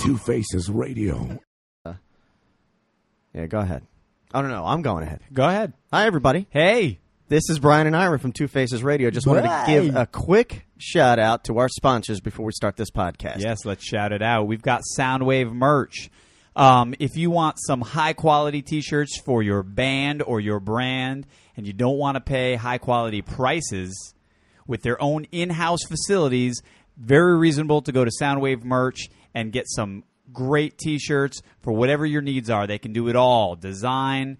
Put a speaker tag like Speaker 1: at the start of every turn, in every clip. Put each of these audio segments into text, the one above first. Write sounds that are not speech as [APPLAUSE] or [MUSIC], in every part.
Speaker 1: Two Faces Radio.
Speaker 2: Yeah, go ahead. I don't know. I'm going ahead.
Speaker 3: Go ahead.
Speaker 2: Hi, everybody.
Speaker 3: Hey.
Speaker 2: This is Brian and Ira from Two Faces Radio. Just wanted
Speaker 3: Brian.
Speaker 2: to give a quick shout out to our sponsors before we start this podcast.
Speaker 3: Yes, let's shout it out. We've got Soundwave merch. Um, if you want some high quality t shirts for your band or your brand and you don't want to pay high quality prices with their own in house facilities, very reasonable to go to Soundwave merch and get some great t shirts for whatever your needs are. They can do it all design,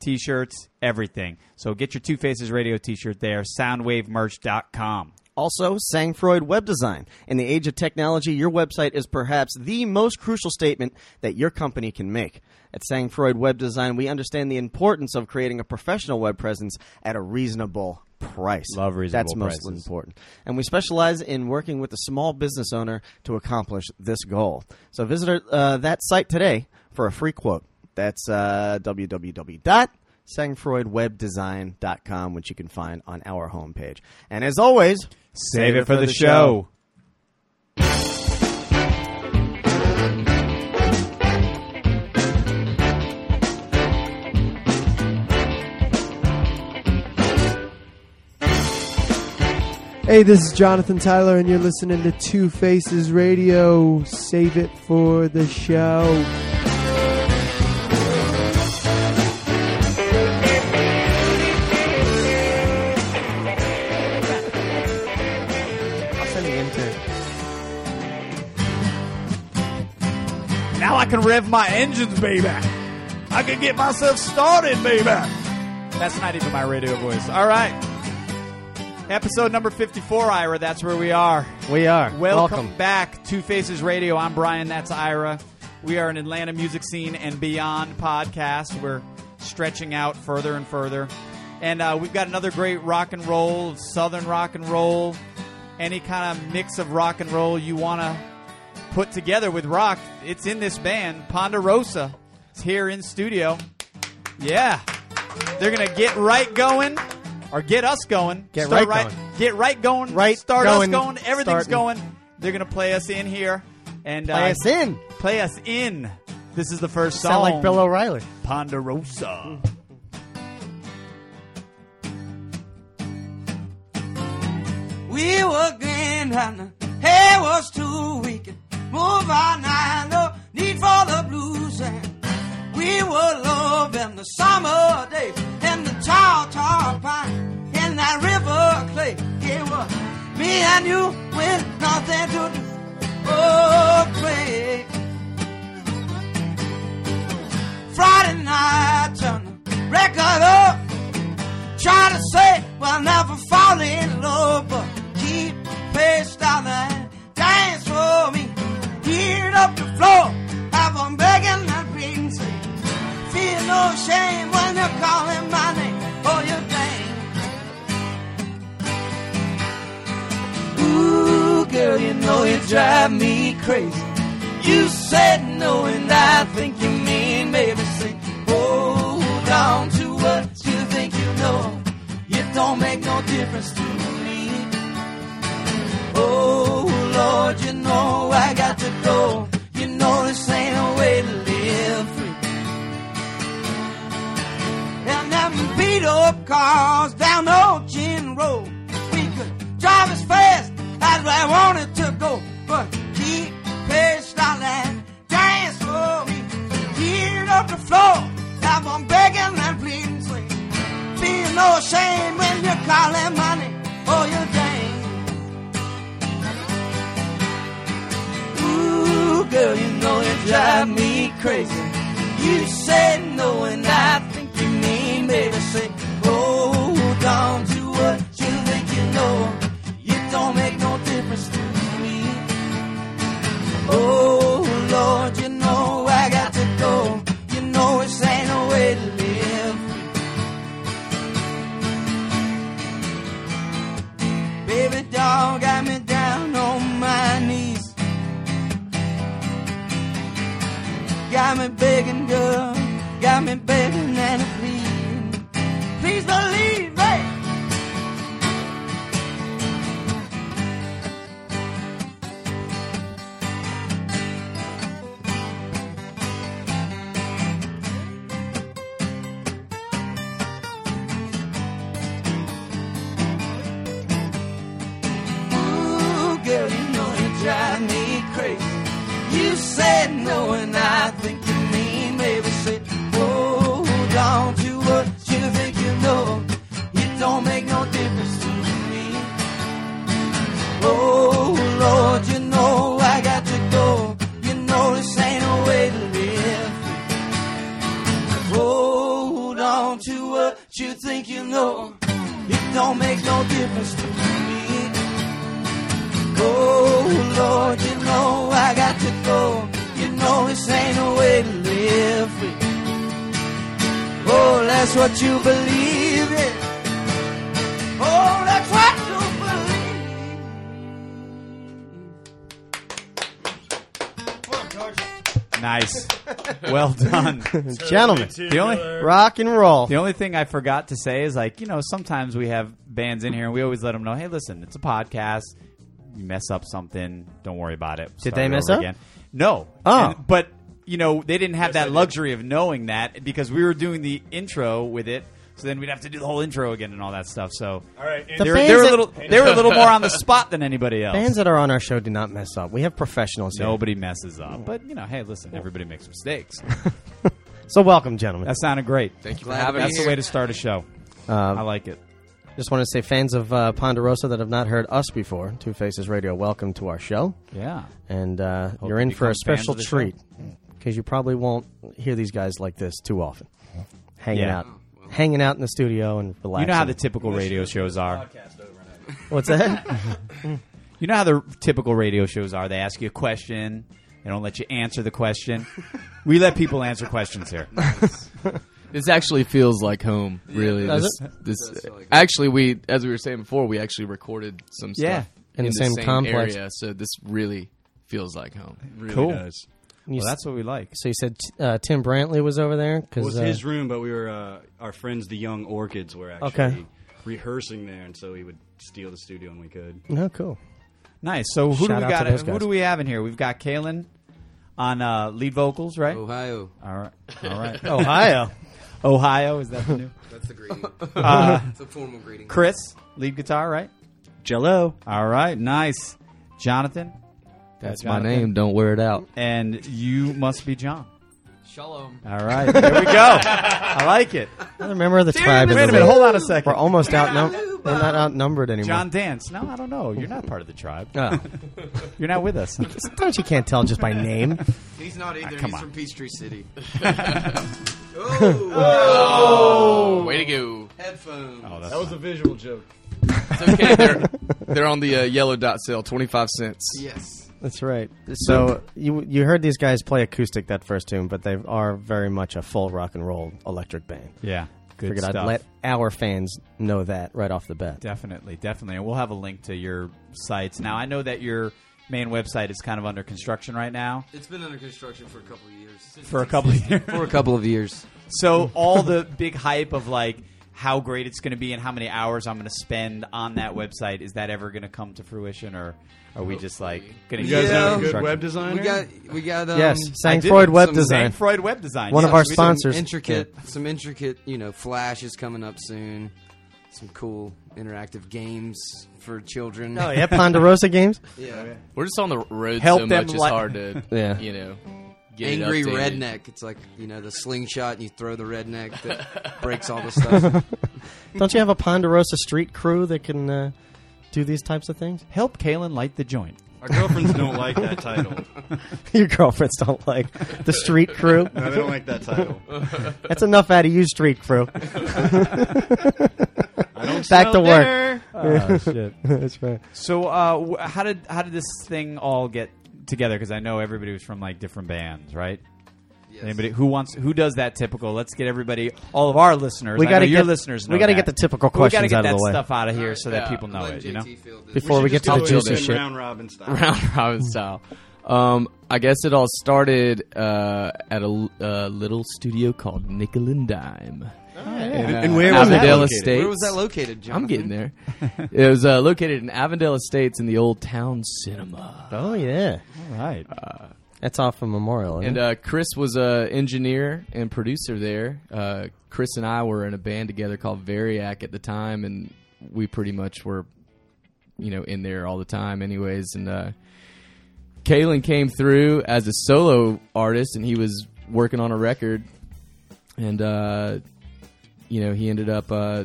Speaker 3: t shirts, everything. So get your Two Faces Radio t shirt there, soundwavemerch.com.
Speaker 2: Also, Sangfroid Web Design. In the age of technology, your website is perhaps the most crucial statement that your company can make. At Sangfroid Web Design, we understand the importance of creating a professional web presence at a reasonable price.
Speaker 3: Love reasonable
Speaker 2: That's most
Speaker 3: prices.
Speaker 2: important. And we specialize in working with the small business owner to accomplish this goal. So visit our, uh, that site today for a free quote. That's uh, www.sangfroidwebdesign.com, which you can find on our homepage. And as always,
Speaker 3: Save it for the show.
Speaker 4: Hey, this is Jonathan Tyler, and you're listening to Two Faces Radio. Save it for the show.
Speaker 2: I'll send the intern.
Speaker 1: Now I can rev my engines, baby. I can get myself started, baby.
Speaker 3: That's not even my radio voice. All right. Episode number 54, Ira. That's where we are.
Speaker 2: We are.
Speaker 3: Welcome, back, Two Faces Radio. I'm Brian. That's Ira. We are an Atlanta music scene and beyond podcast. We're stretching out further and further. And uh, we've got another great rock and roll, southern rock and roll, any kind of mix of rock and roll you want to put together with rock. It's in this band, Ponderosa. It's here in studio. Yeah. They're going to get right going or get us going.
Speaker 2: Get
Speaker 3: Start
Speaker 2: right going.
Speaker 3: Get right going.
Speaker 2: Right
Speaker 3: Start
Speaker 2: going,
Speaker 3: us going. Everything's
Speaker 2: starting.
Speaker 3: going. They're going to play us in here. And
Speaker 2: Play
Speaker 3: uh,
Speaker 2: us in.
Speaker 3: Play us in. This is the first song.
Speaker 2: Sound like Bill O'Reilly.
Speaker 3: Ponderosa.
Speaker 5: We were grand and the hair was too weak. and Move on, I no need for the blues. And we were love in the summer days, in the tall, tall pine, in that river clay. It was me and you with nothing to do. Oh, play. Friday night, turn the record up try to say we'll never fall in love, but keep the pace down and dance for me. Heat up the floor, have 'em begging and pleading, say, feel no shame when you're calling my name or your name. Ooh, girl, you know you drive me crazy. You said no, and I think you mean maybe say, hold on to what you think you know. It don't make no difference to me. Oh Lord, you know I got to go. You know this ain't a way to live free. And them beat up cars down old Gin Road. We could drive as fast as I wanted to go, but keep the pace down and dance for me. Heat up the floor, now I'm begging and pleading, say, feel no shame when you're calling my name or your name. Ooh, girl, you know you drive me crazy. You said no, and I think you mean maybe say, hold on to what you think you know. It don't make no difference to me. Oh, Lord, you know I got to go. You know this ain't no way to live. Baby doll got me down on my knees. Got me begging, girl. Got me begging and pleading. Please believe me. "Oh, Oh, Oh, Oh, Oh, that's what you believe in. Oh, that's what you believe.
Speaker 3: Nice. Well done.
Speaker 2: Gentlemen,
Speaker 3: The only
Speaker 2: rock and roll.
Speaker 3: the only thing I forgot to say is like, you know, sometimes we have bands in here and we always let them know, "Hey, listen, it's a podcast. You mess up something, don't worry about it." Start
Speaker 2: they
Speaker 3: it
Speaker 2: mess
Speaker 3: over
Speaker 2: up?
Speaker 3: No.
Speaker 2: Oh.
Speaker 3: And- but you know, they didn't have that luxury of knowing that because we were doing the intro with it. So then we'd have to do the whole intro again and all that stuff. So
Speaker 6: All right,
Speaker 2: The
Speaker 3: they were,
Speaker 2: bands
Speaker 3: they were a
Speaker 2: that-
Speaker 3: little they were a little more on the spot than anybody else.
Speaker 2: Bands that are on our show do not mess up. We have professionals here.
Speaker 3: [LAUGHS] Nobody messes up. But you know, hey, listen, everybody makes mistakes.
Speaker 2: So welcome, gentlemen.
Speaker 3: That sounded great.
Speaker 7: Thank you for
Speaker 5: Glad
Speaker 7: having
Speaker 5: to
Speaker 7: me.
Speaker 5: be
Speaker 3: That's the way to start a show.
Speaker 2: Um,
Speaker 3: I like it.
Speaker 2: Just want to say, fans of uh, Ponderosa that have not heard us before, Two Faces Radio, welcome to our show,
Speaker 3: Yeah.
Speaker 2: and uh,
Speaker 3: Hope
Speaker 2: you're
Speaker 3: you
Speaker 2: in for a
Speaker 3: become fans
Speaker 2: special
Speaker 3: of Hmm. the
Speaker 2: treat because you probably won't hear these guys like this too often, hanging
Speaker 3: Yeah. Hmm.
Speaker 2: out, hanging out in the studio and relaxing.
Speaker 3: You know how the typical radio shows are.
Speaker 2: What's
Speaker 3: [LAUGHS]
Speaker 2: that?
Speaker 3: You know how the typical radio shows are. They ask you a question, they don't let you answer the
Speaker 2: [LAUGHS]
Speaker 3: question. we let people answer questions here.
Speaker 7: This actually feels like home, really.
Speaker 2: Does
Speaker 7: this, this
Speaker 5: It does feel like home.
Speaker 7: actually, we as we were saying before, we actually recorded some stuff
Speaker 3: Yeah.
Speaker 2: In the same complex.
Speaker 7: area, so this really feels like home.
Speaker 8: Really
Speaker 3: Cool.
Speaker 8: does.
Speaker 2: You
Speaker 3: Well,
Speaker 2: s-
Speaker 3: that's what we like.
Speaker 2: so you said t- uh, Tim Brantley was over there
Speaker 8: It
Speaker 2: because
Speaker 8: was his room, but we were uh, our friends, the Young Orchids, were actually
Speaker 2: Okay.
Speaker 8: rehearsing there, and so we would steal the studio when we could.
Speaker 2: no, Oh, cool.
Speaker 3: Nice. So who
Speaker 2: Shout
Speaker 3: do
Speaker 2: out
Speaker 3: we got?
Speaker 2: to those
Speaker 3: Who
Speaker 2: guys.
Speaker 3: do we have in here? We've got Kalen on uh, lead vocals, right?
Speaker 5: Ohio.
Speaker 3: All
Speaker 5: [LAUGHS]
Speaker 3: right. All right.
Speaker 2: Ohio.
Speaker 3: Ohio is that the new? Uh,
Speaker 5: That's
Speaker 3: [LAUGHS]
Speaker 5: the greeting. [LAUGHS] it's a formal greeting.
Speaker 3: Chris, lead guitar, right?
Speaker 8: Jello.
Speaker 3: All right. Nice. Jonathan
Speaker 7: That's my
Speaker 3: Jonathan.
Speaker 7: name. Don't wear it out.
Speaker 3: and you must be John.
Speaker 5: Shalom.
Speaker 3: All right. There we go. I like it.
Speaker 2: Another member of the tribe. is
Speaker 3: Wait a
Speaker 2: the
Speaker 3: minute.
Speaker 2: lead.
Speaker 3: Hold on a second.
Speaker 2: We're almost outnumbered. We're not outnumbered anymore.
Speaker 3: John Dance. No, I don't know. You're not part of the tribe.
Speaker 2: Oh.
Speaker 3: You're not with
Speaker 5: [LAUGHS]
Speaker 3: us. Ah,
Speaker 2: Sometimes you can't tell just by
Speaker 3: [LAUGHS]
Speaker 2: name.
Speaker 5: He's not either.
Speaker 3: come
Speaker 5: He's
Speaker 3: on.
Speaker 5: from Peachtree City.
Speaker 7: Way to [LAUGHS] go!
Speaker 5: Headphones.
Speaker 3: Oh, that's
Speaker 8: That was a visual joke.
Speaker 7: It's okay. they're, they're on the uh, yellow dot sale, twenty five cents.
Speaker 5: Yes.
Speaker 2: That's right. So you you heard these guys play acoustic that first tune, but they are very much a full rock and roll electric band.
Speaker 3: yeah. Good
Speaker 2: Figured
Speaker 3: stuff.
Speaker 2: I'd let our fans know that right off the bat.
Speaker 3: definitely, definitely, and we'll have a link to your sites. Now, I know that your main website is kind of under construction right now
Speaker 5: It's been under construction for a couple of years.
Speaker 3: [LAUGHS] for a couple of years.
Speaker 5: For a couple of years.
Speaker 3: So all the big hype of like how great it's going to be and how many hours I'm going to spend on that website is that ever going to come to fruition, or are we just like going to
Speaker 8: You guys
Speaker 5: Yeah.
Speaker 8: know a good web
Speaker 5: We
Speaker 8: designer?
Speaker 5: got we got um,
Speaker 2: yes,
Speaker 5: I
Speaker 2: Sang
Speaker 5: did
Speaker 2: Freud Web
Speaker 5: some
Speaker 2: Design.
Speaker 3: Freud web design.
Speaker 2: One of
Speaker 3: yeah.
Speaker 2: our
Speaker 5: some
Speaker 2: sponsors.
Speaker 5: Intricate, some intricate, you know, Flash is coming up soon. Some cool interactive games for children.
Speaker 2: Oh yeah, Ponderosa Games.
Speaker 5: yeah.
Speaker 7: We're just on the road
Speaker 3: Help
Speaker 7: so
Speaker 3: them
Speaker 7: much.
Speaker 3: li-
Speaker 7: it's
Speaker 2: [LAUGHS]
Speaker 7: hard to,
Speaker 2: Yeah.
Speaker 7: you know, get it
Speaker 5: Angry
Speaker 7: updated.
Speaker 5: redneck. It's like you know the slingshot, and you throw the redneck that breaks all the
Speaker 7: [LAUGHS]
Speaker 8: [LAUGHS]
Speaker 5: stuff.
Speaker 2: Don't you have a Ponderosa street crew that can uh, do these types of things? [LAUGHS]
Speaker 3: Help Kalen light the joint.
Speaker 8: Our girlfriends don't like that title.
Speaker 2: Your girlfriends don't like the street crew.
Speaker 8: No, they don't like that title.
Speaker 2: [LAUGHS] That's enough out of you, street crew.
Speaker 8: I don't
Speaker 2: Back to
Speaker 8: smell
Speaker 2: work.
Speaker 8: dinner.
Speaker 2: [LAUGHS]
Speaker 3: Oh shit.
Speaker 2: That's right.
Speaker 3: So, uh, wh- how did how did this thing all get together? Because I know everybody was from like different bands, right?
Speaker 5: Yes.
Speaker 3: Anybody who wants who does that typical? Let's get everybody, all of our listeners.
Speaker 2: We
Speaker 3: I
Speaker 2: got to
Speaker 3: know
Speaker 2: get
Speaker 3: your listeners. Know
Speaker 2: We got to get
Speaker 3: that.
Speaker 2: the typical
Speaker 3: But we gotta
Speaker 2: questions
Speaker 3: get
Speaker 2: out
Speaker 3: that
Speaker 2: of the way
Speaker 3: stuff out of here so that
Speaker 7: Yeah,
Speaker 3: people know
Speaker 5: Let
Speaker 3: it. You know,
Speaker 5: JT field this.
Speaker 2: before we, get
Speaker 8: should
Speaker 2: to
Speaker 8: just do
Speaker 2: the juicy
Speaker 8: it in
Speaker 2: shit.
Speaker 8: Round robin
Speaker 7: [LAUGHS]
Speaker 8: style.
Speaker 7: round robin style. Um, I guess it all started uh, at a l- uh, little studio called Nickel and Dime.
Speaker 8: And- and where was that
Speaker 7: Avondale
Speaker 8: located?
Speaker 7: Estates.
Speaker 5: Where was that located, Jonathan?
Speaker 7: I'm
Speaker 5: [LAUGHS]
Speaker 7: getting there. it was uh, located in Avondale Estates in the Old Town Cinema.
Speaker 2: Oh yeah,
Speaker 3: all right.
Speaker 2: Uh, that's off of Memorial. isn't
Speaker 7: And
Speaker 2: it?
Speaker 7: uh, Chris was a engineer and producer there. Uh, Chris and I were in a band together called Variac at the time, and we pretty much were, you know, in there all the time, anyways. And uh, Kalen came through as a solo artist, and he was working on a record, and uh, you know, he ended up. Uh,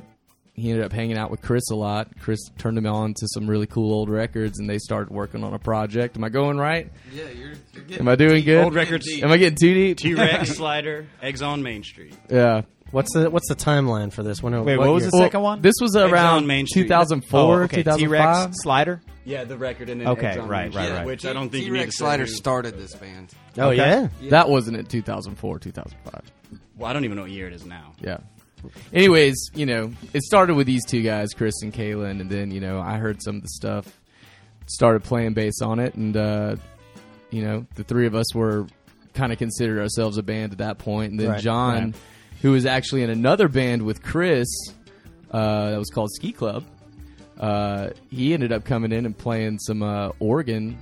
Speaker 7: he ended up hanging out with Chris a lot. Chris turned him on to some really cool old records, and they started working on a project. Am I going right?
Speaker 5: Yeah, you're, you're getting.
Speaker 7: Am I doing good?
Speaker 8: Old records.
Speaker 7: [LAUGHS] Am I getting too deep?
Speaker 8: T Rex slider. Eggs on Main Street.
Speaker 7: yeah.
Speaker 2: What's the what's the timeline for this? When,
Speaker 3: Wait, what was
Speaker 2: year?
Speaker 3: the second one?
Speaker 7: This was
Speaker 8: Exile
Speaker 7: around
Speaker 8: on Main Street.
Speaker 7: 2004,
Speaker 3: oh, okay. T-Rex
Speaker 7: 2005.
Speaker 3: slider.
Speaker 8: Yeah, the record and then
Speaker 3: Okay,
Speaker 8: Eggs on
Speaker 3: right,
Speaker 8: Main
Speaker 3: right,
Speaker 8: Street,
Speaker 3: right.
Speaker 8: Which I don't think you need to
Speaker 5: T-Rex
Speaker 8: say
Speaker 5: Slider
Speaker 8: who-
Speaker 5: started this band.
Speaker 2: Oh yeah,
Speaker 7: That wasn't in 2004, 2005.
Speaker 8: Well, I don't even know what year it is now.
Speaker 7: Yeah. anyways, you know, it started with these two guys, Chris and Kalen, and then you know I heard some of the stuff, started playing bass on it, and uh, you know the three of us were kind of considered ourselves a band at that point, and then
Speaker 3: Right,
Speaker 7: John,
Speaker 3: right.
Speaker 7: who was actually in another band with Chris, uh, that was called Ski Club. Uh, he ended up coming in and playing some uh, organ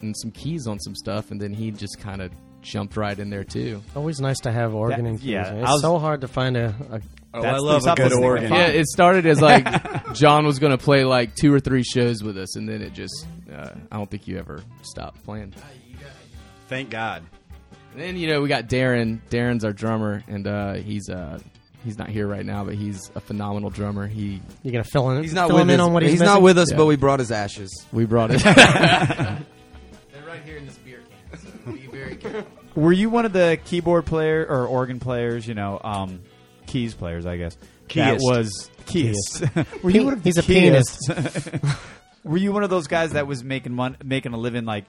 Speaker 7: and some keys on some stuff, and then he just kind of jumped right in there too.
Speaker 2: Always nice to have organ and keys.
Speaker 3: yeah,
Speaker 2: man.
Speaker 3: I
Speaker 2: It's
Speaker 3: was-
Speaker 2: so hard to find a. a
Speaker 8: Oh,
Speaker 3: That's
Speaker 8: I love
Speaker 3: the
Speaker 8: a good
Speaker 3: supple
Speaker 8: organ.
Speaker 3: thing.
Speaker 7: Yeah, it started as like John was going to play like two or three shows with us, and then it just, uh, I don't think you ever stopped playing.
Speaker 8: Thank God.
Speaker 7: And then, you know, we got Darren. Darren's our drummer, and uh, he's uh, he's not here right now, but he's a phenomenal drummer. He
Speaker 2: you gonna fill in?
Speaker 4: He's not
Speaker 2: fill
Speaker 4: with
Speaker 2: him in
Speaker 4: us.
Speaker 2: on what he's,
Speaker 4: not
Speaker 2: missing?
Speaker 4: with us,
Speaker 7: Yeah.
Speaker 4: but we brought his ashes. [LAUGHS]
Speaker 7: We brought it. They're right here in this beer can, so be
Speaker 4: [LAUGHS]
Speaker 7: very careful.
Speaker 3: Were you one of the keyboard player or organ players? You know, um, keys players, I guess. That
Speaker 8: Keyist.
Speaker 3: was keys. [LAUGHS] Were
Speaker 2: He-
Speaker 3: you one of the
Speaker 2: he's a
Speaker 3: [LAUGHS] keyists? Were you one of those guys that was making mon- making a living like